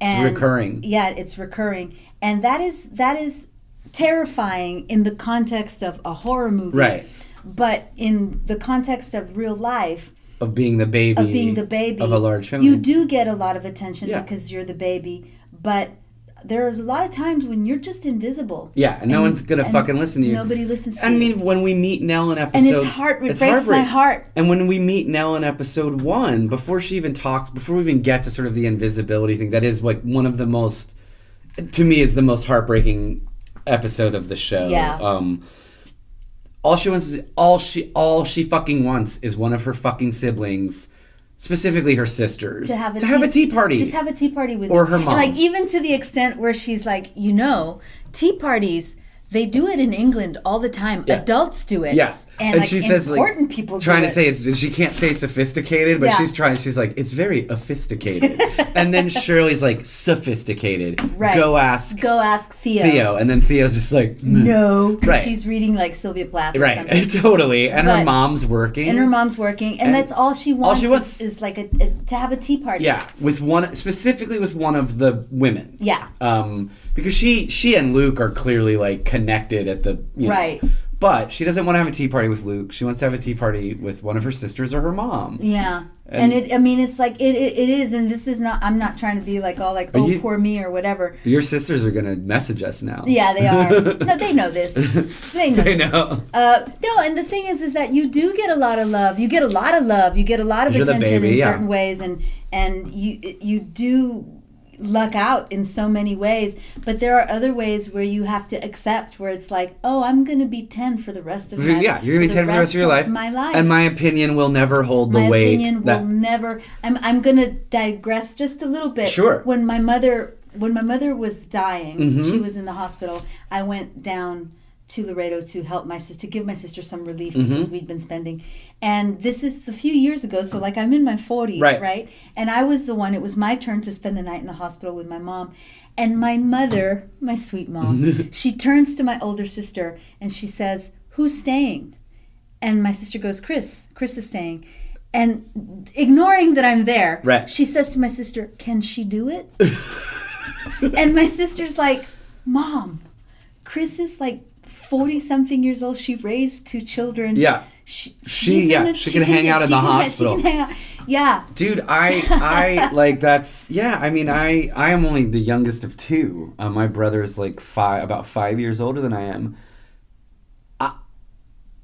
Speaker 2: it's
Speaker 1: And-
Speaker 2: recurring
Speaker 1: yeah, it's recurring, and that is that is terrifying in the context of a horror movie,
Speaker 2: Right.
Speaker 1: But in the context of real life,
Speaker 2: of being the baby
Speaker 1: of being the baby
Speaker 2: of a large family
Speaker 1: you do get a lot of attention
Speaker 2: Yeah.
Speaker 1: because you're the baby, but. There is a lot of times when you're just invisible.
Speaker 2: yeah and, no one's gonna
Speaker 1: and
Speaker 2: fucking listen to you
Speaker 1: Nobody listens to
Speaker 2: I
Speaker 1: you.
Speaker 2: mean, when we meet Nell in
Speaker 1: and
Speaker 2: episode,
Speaker 1: it's heart it breaks my
Speaker 2: heartbreak-
Speaker 1: heart.
Speaker 2: And when we meet Nell in episode one, before she even talks, before we even get to sort of the invisibility thing, that is like one of the most, to me, is the most heartbreaking episode of the show.
Speaker 1: Yeah.
Speaker 2: Um, all she wants is all she all she fucking wants is one of her fucking siblings, specifically her sisters,
Speaker 1: To have a,
Speaker 2: tea, party.
Speaker 1: Just have a tea party with
Speaker 2: Or
Speaker 1: me.
Speaker 2: her mom.
Speaker 1: And like even to the extent where she's like, you know, tea parties they do it in England all the time. Adults do it.
Speaker 2: yeah.
Speaker 1: And, like,
Speaker 2: she says,
Speaker 1: important
Speaker 2: like,
Speaker 1: people do
Speaker 2: trying to
Speaker 1: it.
Speaker 2: say it's she can't say sophisticated, but
Speaker 1: Yeah.
Speaker 2: she's trying. She's like, it's very sophisticated.
Speaker 1: [LAUGHS]
Speaker 2: and then Shirley's like, sophisticated.
Speaker 1: Right.
Speaker 2: Go ask
Speaker 1: go ask Theo.
Speaker 2: Theo, and then Theo's just like, [LAUGHS] "Meh."
Speaker 1: No, 'cause
Speaker 2: Right.
Speaker 1: she's reading like Sylvia Plath or something.
Speaker 2: right, [LAUGHS] totally. And
Speaker 1: But-
Speaker 2: her mom's working.
Speaker 1: And her mom's working, and, that's all she wants.
Speaker 2: she
Speaker 1: is-
Speaker 2: wants-
Speaker 1: is, like a, a- to have a tea party.
Speaker 2: Yeah, with one specifically with one of the women.
Speaker 1: Yeah.
Speaker 2: Um, because she she and Luke are clearly like connected at the you know,
Speaker 1: Right.
Speaker 2: But she doesn't want to have a tea party with Luke. She wants to have a tea party with one of her sisters or her mom.
Speaker 1: Yeah.
Speaker 2: And-
Speaker 1: And, it, I mean, it's like it, it, it is, and this is not. I'm not trying to be like all like,
Speaker 2: Are
Speaker 1: oh,
Speaker 2: you-
Speaker 1: poor me or whatever.
Speaker 2: Your sisters are gonna message us now.
Speaker 1: Yeah,
Speaker 2: [LAUGHS]
Speaker 1: they are. no, they know this. They know.
Speaker 2: they know.
Speaker 1: Uh, no, and the thing is, is that you do get a lot of love. You get a lot of love. You get a lot of
Speaker 2: You're the
Speaker 1: attention
Speaker 2: baby,
Speaker 1: in
Speaker 2: yeah.
Speaker 1: certain ways, and and you you do luck out in so many ways. But there are other ways where you have to accept where it's like, oh, I'm going to be ten for the rest of my
Speaker 2: [LAUGHS] yeah, you're gonna be ten for the rest of your life.
Speaker 1: My life
Speaker 2: and my opinion will never hold the
Speaker 1: my
Speaker 2: weight.
Speaker 1: opinion
Speaker 2: that
Speaker 1: will never I'm I'm going to digress just a little bit.
Speaker 2: Sure. Mm-hmm.
Speaker 1: When my mother when my mother was dying, she was in the hospital. I went down to Laredo to help my sister to give my sister some relief
Speaker 2: Mm-hmm.
Speaker 1: because we'd been spending. And this is a few years ago, so like I'm in my 40s,
Speaker 2: Right.
Speaker 1: right? And I was the one it was my turn to spend the night in the hospital with my mom. And my mother, my sweet
Speaker 2: [LAUGHS]
Speaker 1: mom, she turns to my older sister and she says, "Who's staying?" And my sister goes, Chris, Chris is staying. And ignoring that I'm there,
Speaker 2: Right.
Speaker 1: she says to my sister, Can she do it? [LAUGHS] and my sister's like, Mom, Chris is like 40 something years old. She raised two children.
Speaker 2: Yeah.
Speaker 1: She,
Speaker 2: She-
Speaker 1: she's
Speaker 2: yeah,
Speaker 1: in a-
Speaker 2: she can hang
Speaker 1: do-
Speaker 2: out in
Speaker 1: she
Speaker 2: the
Speaker 1: can ha- she
Speaker 2: hospital.
Speaker 1: can hang out. Yeah.
Speaker 2: Dude, I
Speaker 1: [LAUGHS]
Speaker 2: I like that's yeah, I mean I I am only the youngest of two. Uh, my brother is like five about 5 years older than I am. I,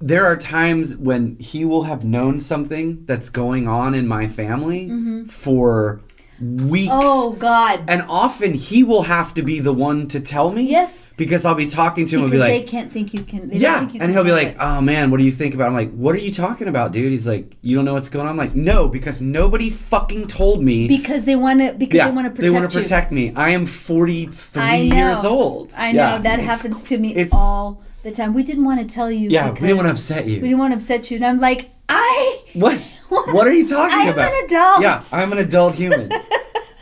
Speaker 2: there are times when he will have known something that's going on in my family for
Speaker 1: Mm-hmm.
Speaker 2: weeks.
Speaker 1: Oh, God.
Speaker 2: And often he will have to be the one to tell me.
Speaker 1: Yes.
Speaker 2: Because I'll be talking to him
Speaker 1: because
Speaker 2: and be like
Speaker 1: they can't think you can. They don't
Speaker 2: yeah,
Speaker 1: think you
Speaker 2: and
Speaker 1: can
Speaker 2: he'll be
Speaker 1: handle
Speaker 2: like,
Speaker 1: it.
Speaker 2: "Oh man, what do you think about?" it?" I'm like, "What are you talking about, dude?" He's like, "You don't know what's going on." I'm like, "No, because nobody fucking told me."
Speaker 1: Because they want to. Because they
Speaker 2: yeah,
Speaker 1: want to protect
Speaker 2: they want to
Speaker 1: you.
Speaker 2: protect me. I am 43
Speaker 1: I know.
Speaker 2: years old.
Speaker 1: I know
Speaker 2: Yeah,
Speaker 1: that
Speaker 2: it's-
Speaker 1: happens to me
Speaker 2: it's-
Speaker 1: all the time. We didn't want to tell you.
Speaker 2: Yeah, we didn't
Speaker 1: because
Speaker 2: want to upset
Speaker 1: We
Speaker 2: you.
Speaker 1: didn't want to upset you, and I'm like, I.
Speaker 2: [LAUGHS] What? What are you talking
Speaker 1: I'm
Speaker 2: about?
Speaker 1: an adult.
Speaker 2: Yeah, I'm an adult
Speaker 1: [LAUGHS]
Speaker 2: human.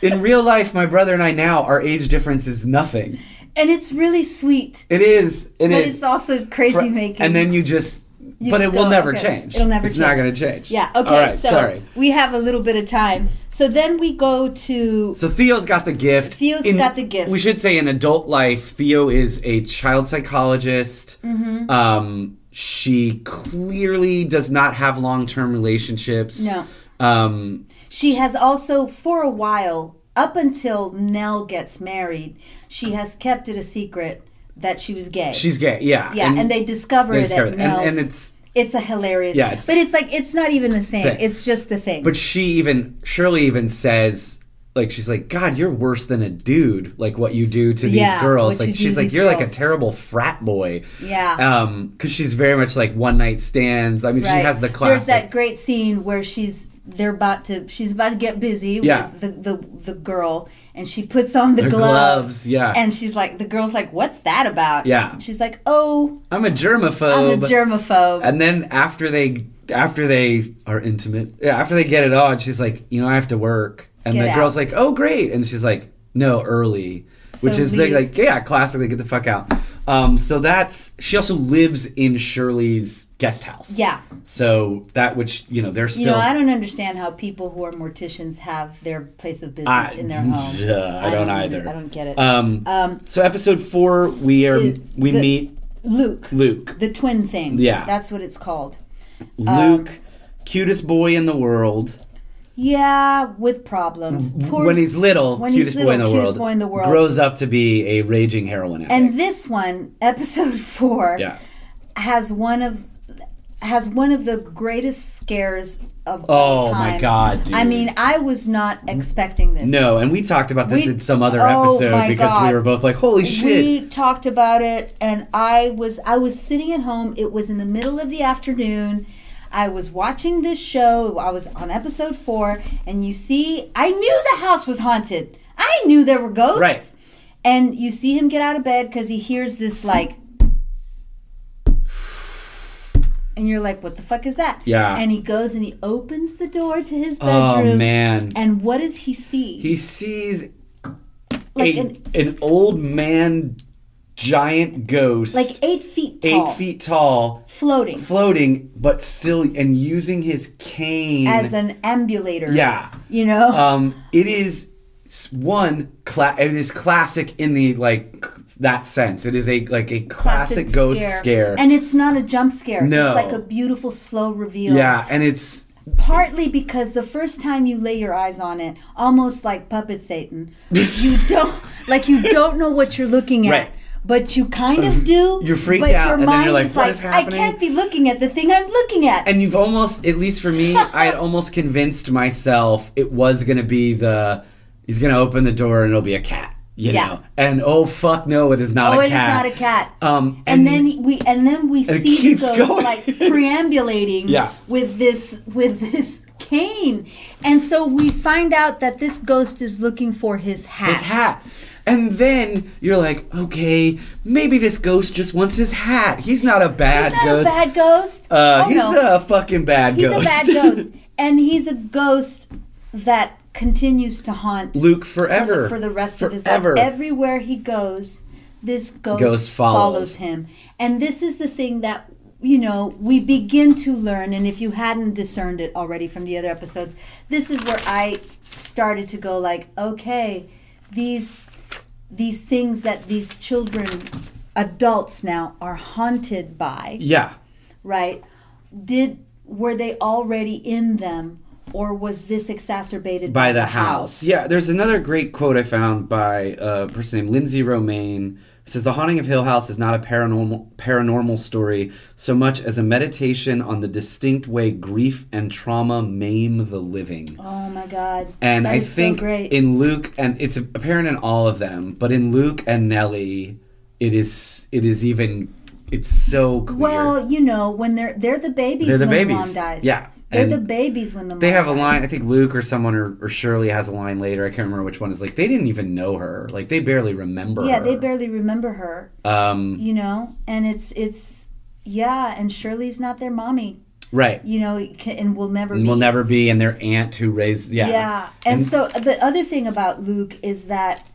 Speaker 2: In real life, my brother and I now, our age difference is nothing.
Speaker 1: And it's really sweet,
Speaker 2: It is. It
Speaker 1: but
Speaker 2: is.
Speaker 1: it's also crazy
Speaker 2: Fr-
Speaker 1: making.
Speaker 2: And then you just.
Speaker 1: You
Speaker 2: but
Speaker 1: just
Speaker 2: it will
Speaker 1: go,
Speaker 2: never
Speaker 1: okay.
Speaker 2: change.
Speaker 1: It'll never
Speaker 2: It's not
Speaker 1: change.
Speaker 2: going to change.
Speaker 1: yeah, okay.
Speaker 2: All right.
Speaker 1: so
Speaker 2: sorry.
Speaker 1: we have a little bit of time. So then we go to
Speaker 2: So Theo's got the gift.
Speaker 1: Theo's got the gift.
Speaker 2: We should say in adult life, Theo is a child psychologist.
Speaker 1: Mm-hmm.
Speaker 2: Um, she clearly does not have long term relationships.
Speaker 1: No.
Speaker 2: Um,
Speaker 1: She has also, for a while, up until Nell gets married, she has kept it a secret that she was gay.
Speaker 2: she's gay. Yeah.
Speaker 1: yeah, and, they discover
Speaker 2: they
Speaker 1: it
Speaker 2: discover
Speaker 1: at
Speaker 2: it. And-
Speaker 1: Nell's.
Speaker 2: and it's-
Speaker 1: it's a hilarious.
Speaker 2: Yeah, it's-
Speaker 1: but it's like it's not even a thing.
Speaker 2: Thing.
Speaker 1: It's just a thing.
Speaker 2: But she even Shirley even says like she's like God, you're worse than a dude. Like what you do to these
Speaker 1: Yeah,
Speaker 2: girls.
Speaker 1: what
Speaker 2: Like
Speaker 1: you do
Speaker 2: she's
Speaker 1: to
Speaker 2: like
Speaker 1: these
Speaker 2: you're like a
Speaker 1: girls."
Speaker 2: terrible frat boy.
Speaker 1: Yeah.
Speaker 2: Um, because she's very much like one night stands. I mean, she
Speaker 1: Right.
Speaker 2: has the
Speaker 1: There's
Speaker 2: classic.
Speaker 1: that great scene where she's they're about to she's about to get busy
Speaker 2: Yeah.
Speaker 1: with the, the the girl and she puts on the
Speaker 2: Their gloves,
Speaker 1: gloves.
Speaker 2: yeah.
Speaker 1: And she's like the girl's like, What's that about?
Speaker 2: Yeah. Oh,
Speaker 1: She's like, Oh,
Speaker 2: I'm a germaphobe.
Speaker 1: I'm a germaphobe.
Speaker 2: And then after they after they are intimate, yeah, after they get it on, she's like, you know, I have to work, and
Speaker 1: Get
Speaker 2: the
Speaker 1: out.
Speaker 2: girl's like, oh great, and she's like, no, early, which
Speaker 1: So
Speaker 2: is the,
Speaker 1: leave.
Speaker 2: like, yeah, classically get the fuck out. Um, so that's she also lives in Shirley's guest house.
Speaker 1: Yeah.
Speaker 2: So that which you know they're still.
Speaker 1: you know, I don't understand how people who are morticians have their place of business in
Speaker 2: [LAUGHS]
Speaker 1: their home.
Speaker 2: yeah, I, don't, either.
Speaker 1: I don't get it.
Speaker 2: Um,
Speaker 1: Um,
Speaker 2: so episode four, we are
Speaker 1: the-
Speaker 2: we
Speaker 1: the-
Speaker 2: meet
Speaker 1: Luke.
Speaker 2: Luke.
Speaker 1: The twin thing.
Speaker 2: Yeah.
Speaker 1: That's what it's called. Um,
Speaker 2: Luke, cutest boy in the world.
Speaker 1: Yeah, with problems. Poor
Speaker 2: when he's little,
Speaker 1: when he's
Speaker 2: cutest, boy, in
Speaker 1: little,
Speaker 2: the
Speaker 1: cutest
Speaker 2: world,
Speaker 1: boy in the world.
Speaker 2: grows up to be a raging heroin addict.
Speaker 1: And this one, episode four,
Speaker 2: yeah,
Speaker 1: has one of has one of the greatest scares of
Speaker 2: Oh,
Speaker 1: all
Speaker 2: my
Speaker 1: time.
Speaker 2: God, dude.
Speaker 1: I mean, I was not expecting this.
Speaker 2: no, and we talked about this
Speaker 1: We-
Speaker 2: in some other
Speaker 1: oh
Speaker 2: episode
Speaker 1: my
Speaker 2: because we
Speaker 1: God.
Speaker 2: were both like, "Holy shit!"
Speaker 1: We talked about it, and I was I was sitting at home. It was in the middle of the afternoon. I was watching this show. I was on episode four, and you see, I knew the house was haunted. I knew there were ghosts.
Speaker 2: Right.
Speaker 1: And you see him get out of bed because he hears this like, and you're like, "What the fuck is that?"
Speaker 2: Yeah.
Speaker 1: And he goes and he opens the door to his bedroom.
Speaker 2: oh man,
Speaker 1: And what does he see?
Speaker 2: he sees
Speaker 1: Like
Speaker 2: a, an,
Speaker 1: an-
Speaker 2: old man, giant ghost,
Speaker 1: like eight feet
Speaker 2: eight
Speaker 1: tall,
Speaker 2: feet tall,
Speaker 1: floating.
Speaker 2: floating, but still and using his cane
Speaker 1: as an ambulator.
Speaker 2: Yeah.
Speaker 1: [LAUGHS] You know?
Speaker 2: Um, it is s- one cla- it is classic in the like that sense. It is a like a classic, ghost scare.
Speaker 1: And it's not a jump scare.
Speaker 2: No.
Speaker 1: It's like a beautiful slow reveal.
Speaker 2: yeah, and it's
Speaker 1: Partly because the first time you lay your eyes on it, almost like Puppet Satan,
Speaker 2: [LAUGHS]
Speaker 1: you don't like you don't know what you're looking at.
Speaker 2: Right.
Speaker 1: But you kind of do.
Speaker 2: You're freaked
Speaker 1: but
Speaker 2: out,
Speaker 1: your
Speaker 2: and then
Speaker 1: mind
Speaker 2: you're like,
Speaker 1: is
Speaker 2: "What
Speaker 1: like,
Speaker 2: is
Speaker 1: I
Speaker 2: happening?"
Speaker 1: can't be looking at the thing I'm looking at.
Speaker 2: and you've almost at least
Speaker 1: [LAUGHS]
Speaker 2: for me, I had almost convinced myself it was gonna be the he's gonna open the door and it'll be a cat. You
Speaker 1: Yeah.
Speaker 2: know, and oh fuck no, it is not
Speaker 1: oh,
Speaker 2: a
Speaker 1: it is
Speaker 2: cat.
Speaker 1: not a cat.
Speaker 2: Um,
Speaker 1: and, then we and then we
Speaker 2: it
Speaker 1: see the
Speaker 2: keeps
Speaker 1: ghost
Speaker 2: going.
Speaker 1: like preambulating
Speaker 2: [LAUGHS] Yeah.
Speaker 1: with this with this cane, and so we find out that this ghost is looking for his hat.
Speaker 2: his hat. And then you're like, okay, maybe this ghost just wants his hat. He's not a bad
Speaker 1: He's not
Speaker 2: ghost.
Speaker 1: a bad ghost.
Speaker 2: uh,
Speaker 1: oh,
Speaker 2: he's
Speaker 1: no.
Speaker 2: a fucking bad
Speaker 1: he's
Speaker 2: ghost.
Speaker 1: a
Speaker 2: [LAUGHS]
Speaker 1: bad ghost, and he's a ghost that continues to haunt
Speaker 2: Luke
Speaker 1: for,
Speaker 2: forever.
Speaker 1: the, for the rest of his life.
Speaker 2: Forever.
Speaker 1: Everywhere he goes, this ghost,
Speaker 2: Ghost follows.
Speaker 1: follows. him. And this is the thing that, you know, we begin to learn. And if you hadn't discerned it already from the other episodes, this is where I started to go, like, okay, these these things that these children adults now are haunted by
Speaker 2: Yeah.
Speaker 1: right did were they already in them or was this exacerbated
Speaker 2: by the house. Yeah, there's another great quote I found by a person named Lindsay Romaine. It says the haunting of Hill House is not a paranormal paranormal story so much as a meditation on the distinct way grief and trauma maim the living.
Speaker 1: Oh my God!
Speaker 2: And
Speaker 1: That
Speaker 2: I
Speaker 1: is so
Speaker 2: think
Speaker 1: great.
Speaker 2: in Luke, and it's apparent in all of them, but in Luke and Nellie, it is it is even it's so clear.
Speaker 1: well, you know, when they're they're the babies
Speaker 2: They're the
Speaker 1: when the mom
Speaker 2: babies.
Speaker 1: dies.
Speaker 2: Yeah.
Speaker 1: they're
Speaker 2: And
Speaker 1: the babies when the mom
Speaker 2: they have a
Speaker 1: dies.
Speaker 2: line. I think Luke or someone or, or Shirley has a line later. I can't remember which one. Is like they didn't even know her. Like they barely remember.
Speaker 1: Yeah,
Speaker 2: her.
Speaker 1: they barely remember her.
Speaker 2: Um,
Speaker 1: You know, and it's it's yeah, and Shirley's not their mommy.
Speaker 2: right.
Speaker 1: You know, it ca- and will never
Speaker 2: And
Speaker 1: be.
Speaker 2: will never be. And their aunt who raised. Yeah.
Speaker 1: And,
Speaker 2: And-
Speaker 1: so the other thing about Luke is that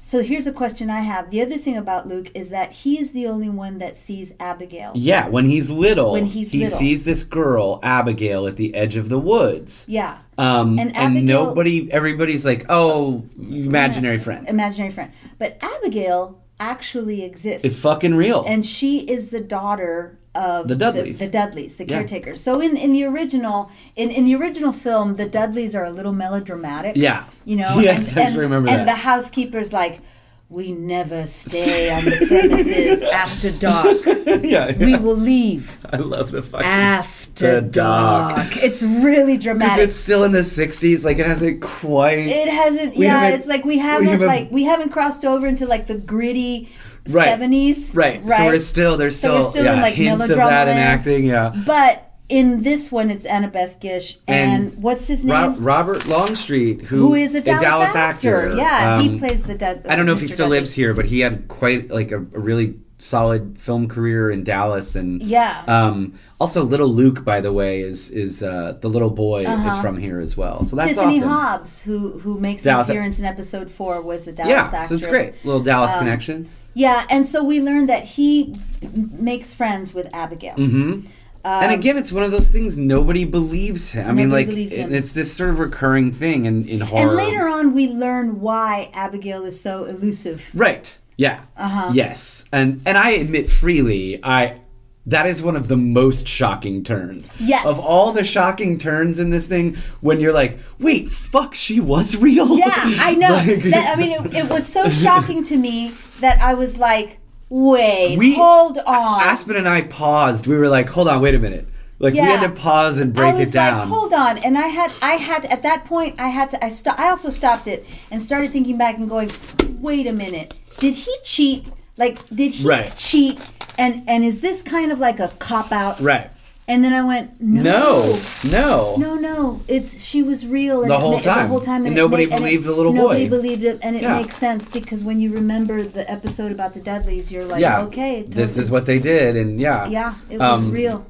Speaker 1: so here's a question I have. The other thing about Luke is that he is the only one that sees Abigail.
Speaker 2: Yeah. When he's little,
Speaker 1: When he's
Speaker 2: he
Speaker 1: little.
Speaker 2: sees this girl Abigail at the edge of the woods.
Speaker 1: Yeah.
Speaker 2: Um, and,
Speaker 1: And Abigail-
Speaker 2: nobody, everybody's like, oh, imaginary friend.
Speaker 1: Imaginary friend. But Abigail actually exists.
Speaker 2: It's fucking real.
Speaker 1: and she is the daughter of
Speaker 2: The Dudleys.
Speaker 1: the, Dudleys, the caretakers. So in, in the original in, in the original film, the Dudleys are a little melodramatic.
Speaker 2: yeah.
Speaker 1: You know,
Speaker 2: [LAUGHS] Yes,
Speaker 1: and,
Speaker 2: I
Speaker 1: and,
Speaker 2: remember
Speaker 1: and
Speaker 2: that.
Speaker 1: the housekeeper's like, We never stay on the premises after
Speaker 2: [LAUGHS]
Speaker 1: dark.
Speaker 2: [LAUGHS] yeah.
Speaker 1: We
Speaker 2: yeah.
Speaker 1: will leave
Speaker 2: I love the fucking.
Speaker 1: after
Speaker 2: The dark.
Speaker 1: dark. It's
Speaker 2: [LAUGHS]
Speaker 1: really
Speaker 2: Because
Speaker 1: dramatic.
Speaker 2: it's still in the 60s. Like, it hasn't quite.
Speaker 1: It hasn't.
Speaker 2: We
Speaker 1: yeah,
Speaker 2: haven't-
Speaker 1: it's like we haven't
Speaker 2: haven't-
Speaker 1: like we haven't crossed over into like the gritty
Speaker 2: Right.
Speaker 1: seventies.
Speaker 2: right. So we're still, there's
Speaker 1: So
Speaker 2: still,
Speaker 1: we're still
Speaker 2: yeah,
Speaker 1: in, like,
Speaker 2: hints of
Speaker 1: melodrama
Speaker 2: that in
Speaker 1: land.
Speaker 2: acting. Yeah.
Speaker 1: but in this one, it's Annabeth Gish and, what's his name?
Speaker 2: Ro- Robert Longstreet, who,
Speaker 1: Mm-hmm. Who is a Dallas, actor? Yeah, he
Speaker 2: Um,
Speaker 1: plays the dead.
Speaker 2: I don't know if he
Speaker 1: Mr.
Speaker 2: still
Speaker 1: Dudley.
Speaker 2: lives here, but he had quite like a, a really solid film career in Dallas and
Speaker 1: Yeah.
Speaker 2: Um, also, little Luke, by the way, is is uh, the little boy is from here as well. So that's
Speaker 1: Uh-huh. Tiffany
Speaker 2: awesome.
Speaker 1: Hobbs, who who makes
Speaker 2: Dallas-
Speaker 1: an appearance in episode four, was a Dallas
Speaker 2: Yeah,
Speaker 1: actress.
Speaker 2: so it's great. Little Dallas
Speaker 1: Um,
Speaker 2: connection.
Speaker 1: Yeah, and so we learned that he m- makes friends with Abigail.
Speaker 2: hmm and again, it's one of those things nobody believes him. I mean,
Speaker 1: um, Nobody
Speaker 2: like
Speaker 1: believes him.
Speaker 2: it- it's this sort of recurring thing in in horror.
Speaker 1: And later on, we learn why Abigail is so elusive.
Speaker 2: [LAUGHS] Right. Yeah.
Speaker 1: Uh-huh.
Speaker 2: Yes. And and I admit freely, I that is one of the most shocking turns.
Speaker 1: Yes.
Speaker 2: Of all the shocking turns in this thing, when you're like, wait, fuck, she was [LAUGHS] real.
Speaker 1: Yeah, I know.
Speaker 2: [LAUGHS] Like-
Speaker 1: that, I mean, it, it was
Speaker 2: [LAUGHS]
Speaker 1: so shocking to me that I was like, wait,
Speaker 2: We-
Speaker 1: hold on.
Speaker 2: Aspen and I paused. We were like, hold on, wait a minute. Like we had
Speaker 1: Yeah.
Speaker 2: to pause and break
Speaker 1: I was
Speaker 2: it down.
Speaker 1: like, hold on, and I had, I had at that point, I had to, I sto- I also stopped it and started thinking back and going, wait a minute, did he cheat? Like, did he
Speaker 2: Right.
Speaker 1: cheat? And and is this kind of like a cop out?
Speaker 2: right.
Speaker 1: And then I went,
Speaker 2: No. No.
Speaker 1: No, no, it's she was real and
Speaker 2: The
Speaker 1: it
Speaker 2: whole
Speaker 1: ma- The
Speaker 2: time.
Speaker 1: whole time,
Speaker 2: And
Speaker 1: it
Speaker 2: nobody
Speaker 1: ma-
Speaker 2: believed the little
Speaker 1: nobody
Speaker 2: boy.
Speaker 1: believed it, and it
Speaker 2: Yeah.
Speaker 1: makes sense because when you remember the episode about the Dudleys, you're like,
Speaker 2: Yeah.
Speaker 1: okay, it
Speaker 2: This
Speaker 1: totally-
Speaker 2: is what they did, and yeah.
Speaker 1: yeah, it was
Speaker 2: Um,
Speaker 1: real.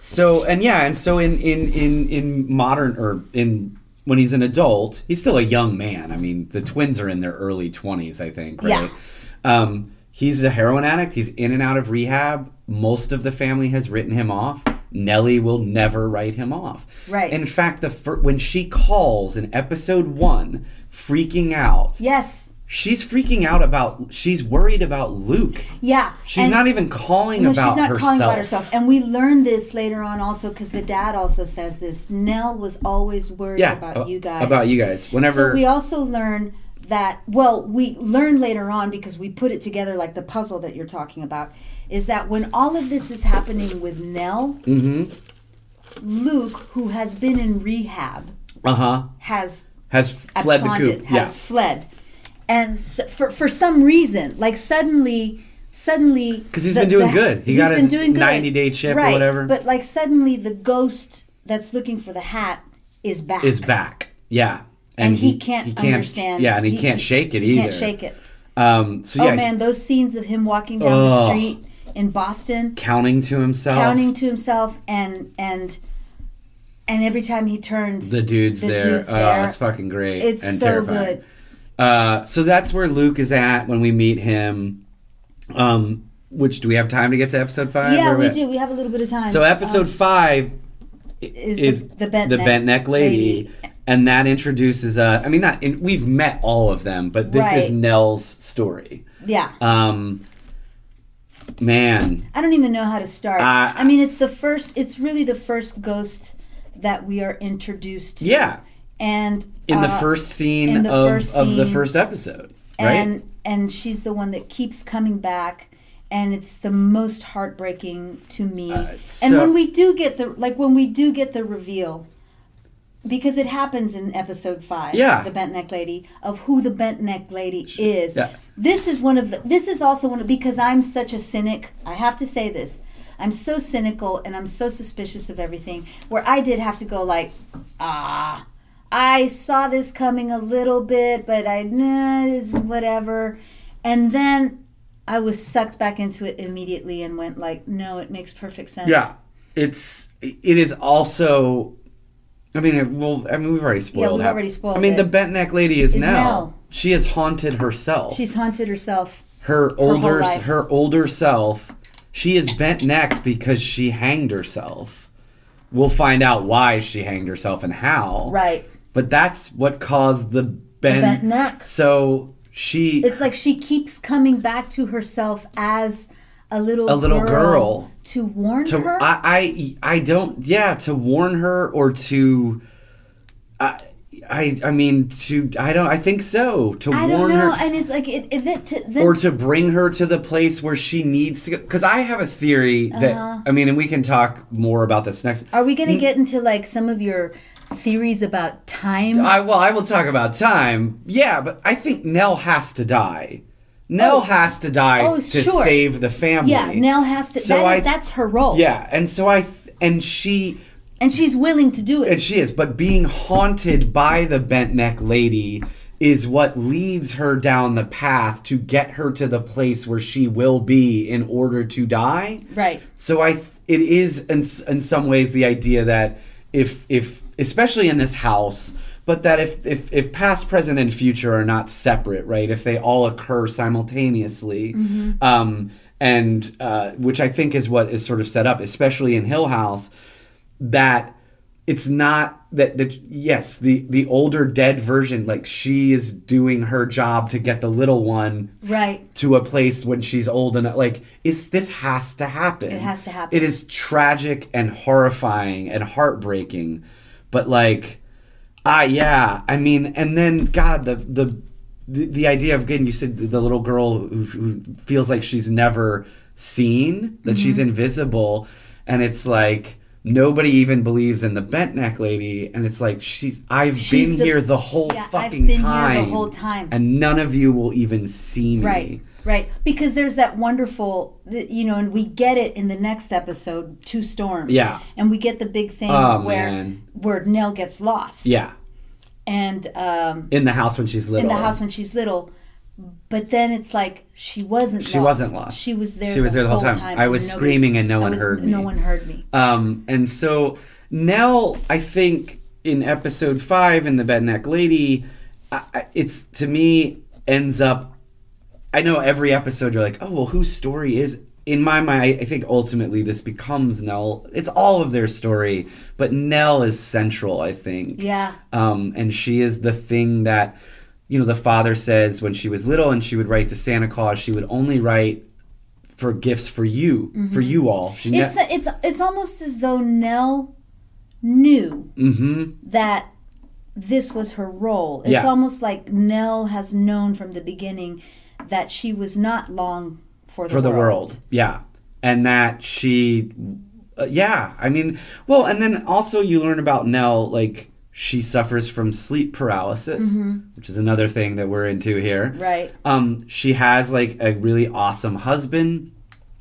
Speaker 2: So and yeah, and so in in in in modern or in when he's an adult, he's still a young man. I mean, the twins are in their early twenties, I think. Right? Um, he's a heroin addict. He's in and out of rehab. Most of the family has written him off. Nellie will never write him off.
Speaker 1: Right.
Speaker 2: In fact, the fir- when she calls in episode one, freaking out,
Speaker 1: Yes.
Speaker 2: she's freaking out about. She's worried about Luke.
Speaker 1: Yeah.
Speaker 2: She's
Speaker 1: And-
Speaker 2: not even calling
Speaker 1: no,
Speaker 2: about
Speaker 1: she's not
Speaker 2: herself.
Speaker 1: calling about herself. And we learned this later on also because the dad also says this. Nell was always worried
Speaker 2: yeah,
Speaker 1: about
Speaker 2: ab-
Speaker 1: you guys.
Speaker 2: About you guys. Whenever
Speaker 1: So we also learn that well, we learn later on because we put it together like the puzzle that you're talking about, is that when all of this is happening with Nell,
Speaker 2: Mm-hmm.
Speaker 1: Luke, who has been in rehab,
Speaker 2: uh huh
Speaker 1: has
Speaker 2: has f- fled the
Speaker 1: absconded,
Speaker 2: coop.
Speaker 1: has fled, and s for for some reason, like suddenly, suddenly, because
Speaker 2: he's been doing good. He got his 90-day chip or
Speaker 1: right,
Speaker 2: whatever.
Speaker 1: But like suddenly, the ghost that's looking for the hat is back.
Speaker 2: is back. Yeah.
Speaker 1: And he can't understand.
Speaker 2: Yeah, and he,
Speaker 1: He-
Speaker 2: can't
Speaker 1: he-
Speaker 2: shake it
Speaker 1: he
Speaker 2: either.
Speaker 1: can't shake it.
Speaker 2: Um, so
Speaker 1: Oh
Speaker 2: yeah,
Speaker 1: man, those scenes of him walking down the
Speaker 2: Ugh.
Speaker 1: street in Boston,
Speaker 2: counting to himself.
Speaker 1: counting to himself, and and and every time he turns,
Speaker 2: the dude's
Speaker 1: the
Speaker 2: there.
Speaker 1: dude's
Speaker 2: oh,
Speaker 1: there.
Speaker 2: it's fucking great.
Speaker 1: It's
Speaker 2: and
Speaker 1: so
Speaker 2: terrifying.
Speaker 1: good.
Speaker 2: Uh, so that's where Luke is at when we meet him. Um, which do we have time to get to episode five? Where
Speaker 1: yeah,
Speaker 2: are
Speaker 1: we
Speaker 2: at?
Speaker 1: do. Um, We have a little bit of time.
Speaker 2: So episode five
Speaker 1: is,
Speaker 2: is,
Speaker 1: the- the bent neck
Speaker 2: lady. And that introduces uh I mean not in, we've met all of them, but this is
Speaker 1: Right.
Speaker 2: Nell's story.
Speaker 1: yeah.
Speaker 2: Um man,
Speaker 1: I don't even know how to start.
Speaker 2: Uh,
Speaker 1: I mean, it's the first. It's really the first ghost that we are introduced to.
Speaker 2: Yeah,
Speaker 1: and
Speaker 2: in the
Speaker 1: uh,
Speaker 2: first scene
Speaker 1: in the
Speaker 2: of
Speaker 1: first
Speaker 2: of the
Speaker 1: scene.
Speaker 2: first episode, right?
Speaker 1: and and she's the one that keeps coming back and it's the most heartbreaking to me and
Speaker 2: Uh, so-
Speaker 1: when we do get the like when we do get the reveal because it happens in episode five
Speaker 2: Yeah.
Speaker 1: the bent neck lady of who the bent neck lady is
Speaker 2: yeah.
Speaker 1: this is one of the this is also one of because i'm such a cynic i have to say this i'm so cynical and i'm so suspicious of everything where i did have to go like ah I saw this coming a little bit, but I nah, it's whatever. And then I was sucked back into it immediately and went like, no, it makes perfect sense.
Speaker 2: yeah, it's it is also. I mean, it, well, I mean, we've already spoiled.
Speaker 1: we've
Speaker 2: how-
Speaker 1: already spoiled
Speaker 2: I mean,
Speaker 1: it.
Speaker 2: the bent neck lady is, now.
Speaker 1: Nell.
Speaker 2: She has haunted herself.
Speaker 1: She's haunted herself.
Speaker 2: her
Speaker 1: whole
Speaker 2: older
Speaker 1: life.
Speaker 2: her older self. She is bent necked because she hanged herself. We'll find out why she hanged herself and how.
Speaker 1: Right.
Speaker 2: But that's what caused the bent,
Speaker 1: bent neck.
Speaker 2: So she
Speaker 1: It's like she keeps coming back to herself as a little
Speaker 2: A little girl.
Speaker 1: to warn
Speaker 2: to
Speaker 1: her.
Speaker 2: I, I I don't yeah to warn her or to I I I mean to I don't I think so to
Speaker 1: I don't
Speaker 2: warn
Speaker 1: know.
Speaker 2: her
Speaker 1: And it's like it, it then to, then
Speaker 2: or to bring her to the place where she needs to go because I have a theory that
Speaker 1: Uh-huh.
Speaker 2: I mean and we can talk more about this next
Speaker 1: are we going to get into like some of your theories about time?
Speaker 2: I well I will talk about time yeah but I think Nell has to die Nell
Speaker 1: Oh.
Speaker 2: has to die
Speaker 1: Oh,
Speaker 2: to
Speaker 1: sure.
Speaker 2: save the family
Speaker 1: yeah, Nell has to.
Speaker 2: So
Speaker 1: that is-
Speaker 2: I-
Speaker 1: that's her role.
Speaker 2: yeah and so I th- and she
Speaker 1: and she's willing to do it.
Speaker 2: And she is, but being haunted by the bent neck lady is what leads her down the path to get her to the place where she will be in order to die.
Speaker 1: right.
Speaker 2: So I, th- it is in s- in some ways the idea that if if especially in this house, but that if if if past, present, and future are not separate, right? If they all occur simultaneously, um, and uh, which I think is what is sort of set up, especially in Hill House, that it's not that that yes the the older dead version like she is doing her job to get the little one
Speaker 1: Right.
Speaker 2: to a place when she's old and like it's this has to happen. It
Speaker 1: has to happen.
Speaker 2: It is tragic and horrifying and heartbreaking, but like ah yeah, I mean, and then God the the the, the idea of again you said the, the little girl who, who feels like she's never seen that she's
Speaker 1: Mm-hmm.
Speaker 2: invisible, and it's like. Nobody even believes in the bent neck lady, and it's like she's. I've
Speaker 1: She's
Speaker 2: been
Speaker 1: the-
Speaker 2: here the whole
Speaker 1: Yeah, I've
Speaker 2: fucking
Speaker 1: been here the
Speaker 2: time.
Speaker 1: whole time.
Speaker 2: and none of you will even see me.
Speaker 1: Right. Right. Because there's that wonderful, th- you know, and we get it in the next episode, Two Storms.
Speaker 2: Yeah.
Speaker 1: And we get the big thing
Speaker 2: Oh,
Speaker 1: where
Speaker 2: man.
Speaker 1: where Nell gets lost.
Speaker 2: Yeah.
Speaker 1: And um,
Speaker 2: in the house when she's
Speaker 1: in
Speaker 2: little.
Speaker 1: the house when she's little. But then it's like she wasn't
Speaker 2: She
Speaker 1: lost.
Speaker 2: wasn't lost.
Speaker 1: She was there
Speaker 2: She was there the whole time. I
Speaker 1: and
Speaker 2: was screaming and no
Speaker 1: I
Speaker 2: one
Speaker 1: was-
Speaker 2: heard
Speaker 1: No
Speaker 2: me.
Speaker 1: one heard me.
Speaker 2: Um, and so Nell, I think in episode five in the Bedneck Lady, I, I- it's to me ends up. I know every episode you're like, oh well, whose story is in my mind, I- I think ultimately this becomes Nell. It's all of their story, but Nell is central, I think.
Speaker 1: Yeah.
Speaker 2: Um, and she is the thing that, you know, the father says when she was little and she would write to Santa Claus, she would only write for gifts for you, for you all. She
Speaker 1: Mm-hmm. It's it's it's almost as though Nell knew
Speaker 2: mm-hmm.
Speaker 1: that this was her role. It's
Speaker 2: Yeah.
Speaker 1: almost like Nell has known from the beginning that she was not long for the
Speaker 2: for the
Speaker 1: world.
Speaker 2: world. Yeah. And that she, uh, yeah. I mean, well, and then also you learn about Nell, like, she suffers from sleep paralysis, which is another thing that we're into here.
Speaker 1: Mm-hmm. Right.
Speaker 2: Um, she has like a really awesome husband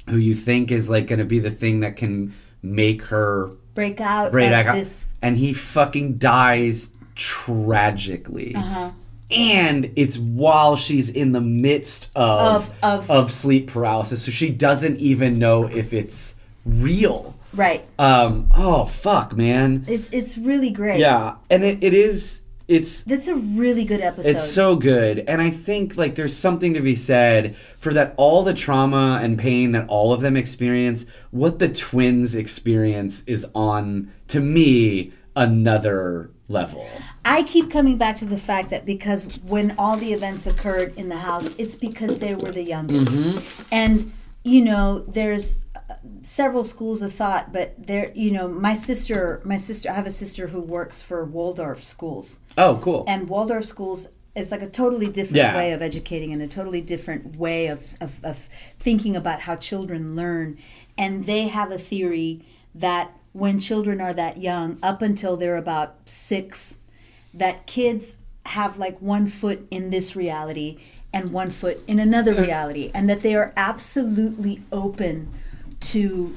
Speaker 2: who you think is like going to be the thing that can make her
Speaker 1: Break out
Speaker 2: break
Speaker 1: of
Speaker 2: out.
Speaker 1: this
Speaker 2: And he fucking dies tragically.
Speaker 1: uh,
Speaker 2: And it's while she's in the midst of,
Speaker 1: Of- of-
Speaker 2: sleep paralysis. So she doesn't even know if it's real.
Speaker 1: right.
Speaker 2: Um, oh, fuck, man.
Speaker 1: It's it's really great.
Speaker 2: Yeah. And it, it is, it's
Speaker 1: That's a really good episode.
Speaker 2: it's so good. And I think like there's something to be said for that all the trauma and pain that all of them experience, what the twins experience is on to me another level.
Speaker 1: I keep coming back to the fact that because when all the events occurred in the house, it's because they were the youngest. And, you know, there's uh, several schools of thought, but there, you know, my sister, my sister, I have a sister who works for Waldorf schools.
Speaker 2: Oh, cool.
Speaker 1: And Waldorf schools is like a totally different
Speaker 2: Yeah.
Speaker 1: way of educating and a totally different way of, of, of thinking about how children learn. And they have a theory that when children are that young, up until they're about six, that kids have like one foot in this reality and one foot in another reality, and that they are absolutely open to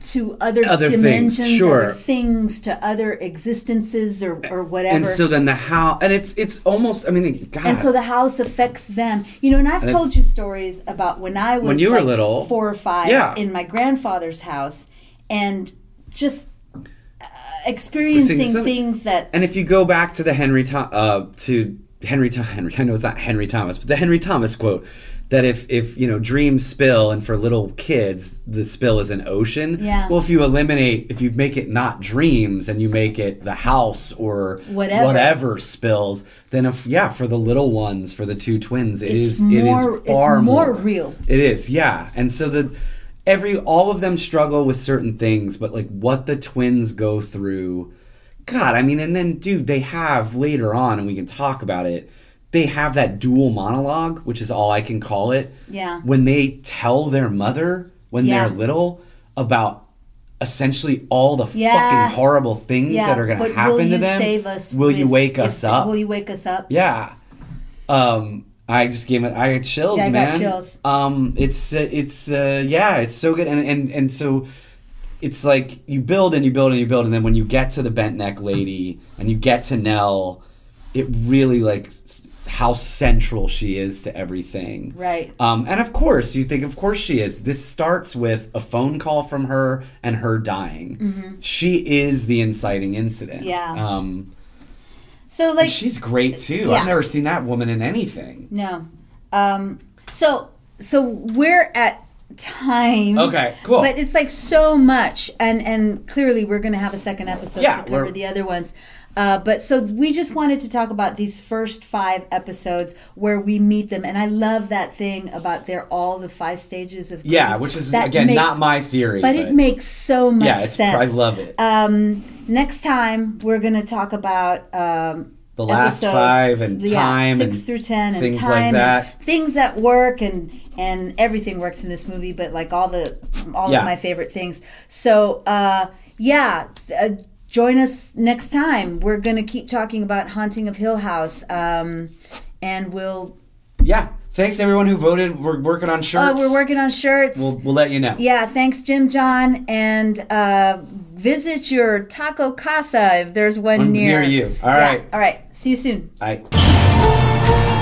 Speaker 1: to other,
Speaker 2: Other things,
Speaker 1: dimensions,
Speaker 2: sure.
Speaker 1: other things, to other existences or, or whatever.
Speaker 2: and so then the how and it's it's almost I mean god
Speaker 1: And so the house affects them. You know, and I've told you stories about when I was
Speaker 2: When you were
Speaker 1: like,
Speaker 2: little.
Speaker 1: four or five,
Speaker 2: Yeah.
Speaker 1: in my grandfather's house, and just uh, experiencing
Speaker 2: some-
Speaker 1: things that
Speaker 2: And if you go back to the Henry Tho- uh, to Henry Tho- Henry, I know it's not Henry Thomas, but the Henry Thomas quote that if if you know dreams spill and for little kids the spill is an ocean.
Speaker 1: Yeah.
Speaker 2: Well, if you eliminate, if you make it not dreams and you make it the house or
Speaker 1: Whatever.
Speaker 2: whatever spills, then if yeah, for the little ones, for the two twins, it
Speaker 1: It's
Speaker 2: is
Speaker 1: more-
Speaker 2: it
Speaker 1: it's
Speaker 2: is far
Speaker 1: more real.
Speaker 2: it is, yeah. And so the every all of them struggle with certain things, but like what the twins go through. God, I mean, and then dude, they have later on, and we can talk about it. They have that dual monologue, which is all I can call it.
Speaker 1: Yeah.
Speaker 2: When they tell their mother when
Speaker 1: Yeah.
Speaker 2: they're little about essentially all the
Speaker 1: Yeah.
Speaker 2: fucking horrible things
Speaker 1: yeah,
Speaker 2: that are going
Speaker 1: but
Speaker 2: to happen
Speaker 1: will
Speaker 2: to
Speaker 1: you
Speaker 2: them.
Speaker 1: save us?
Speaker 2: will you
Speaker 1: with-
Speaker 2: wake
Speaker 1: if-
Speaker 2: us up?
Speaker 1: Will you wake us up?
Speaker 2: Yeah. Um, I just gave it. I had chills,
Speaker 1: Yeah, I got
Speaker 2: man.
Speaker 1: chills.
Speaker 2: Um, it's uh, it's uh, yeah, it's so good, and and and so it's like you build and you build and you build, and then when you get to the bent neck lady and you get to Nell, it really like s- how central she is to everything.
Speaker 1: Right.
Speaker 2: Um, and of course, you think, of course she is. This starts with a phone call from her and her dying. She is the inciting incident.
Speaker 1: Mm-hmm. Yeah.
Speaker 2: Um,
Speaker 1: So like
Speaker 2: She's great too.
Speaker 1: Yeah.
Speaker 2: I've never seen that woman in anything.
Speaker 1: no, um, so so we're at time.
Speaker 2: Okay, cool.
Speaker 1: But it's like so much, and and clearly we're going to have a second episode
Speaker 2: Yeah,
Speaker 1: to cover
Speaker 2: we're-
Speaker 1: the other ones. Uh, but so we just wanted to talk about these first five episodes where we meet them, and I love that thing about they're all the five stages of grief.
Speaker 2: Yeah, which is
Speaker 1: That
Speaker 2: again
Speaker 1: makes-
Speaker 2: not my theory,
Speaker 1: but it makes so much
Speaker 2: yeah, it's-
Speaker 1: sense.
Speaker 2: I love it.
Speaker 1: Um, next time we're going to talk about um,
Speaker 2: The last
Speaker 1: episodes,
Speaker 2: five and time
Speaker 1: six
Speaker 2: and
Speaker 1: through ten, and
Speaker 2: things like
Speaker 1: time, and
Speaker 2: that.
Speaker 1: things that work, and and everything works in this movie. But like all the all
Speaker 2: Yeah.
Speaker 1: of my favorite things. So uh, yeah. Uh, Join us next time. We're gonna keep talking about Haunting of Hill House, um, and we'll
Speaker 2: yeah. Thanks everyone who voted. We're working on
Speaker 1: oh,
Speaker 2: shirts.
Speaker 1: we're working on shirts.
Speaker 2: We'll, we'll let you know.
Speaker 1: Yeah, thanks, Jim John, and uh, visit your taco casa if there's one
Speaker 2: One
Speaker 1: near
Speaker 2: near you. All
Speaker 1: Yeah,
Speaker 2: right.
Speaker 1: All right. See you soon.
Speaker 2: I.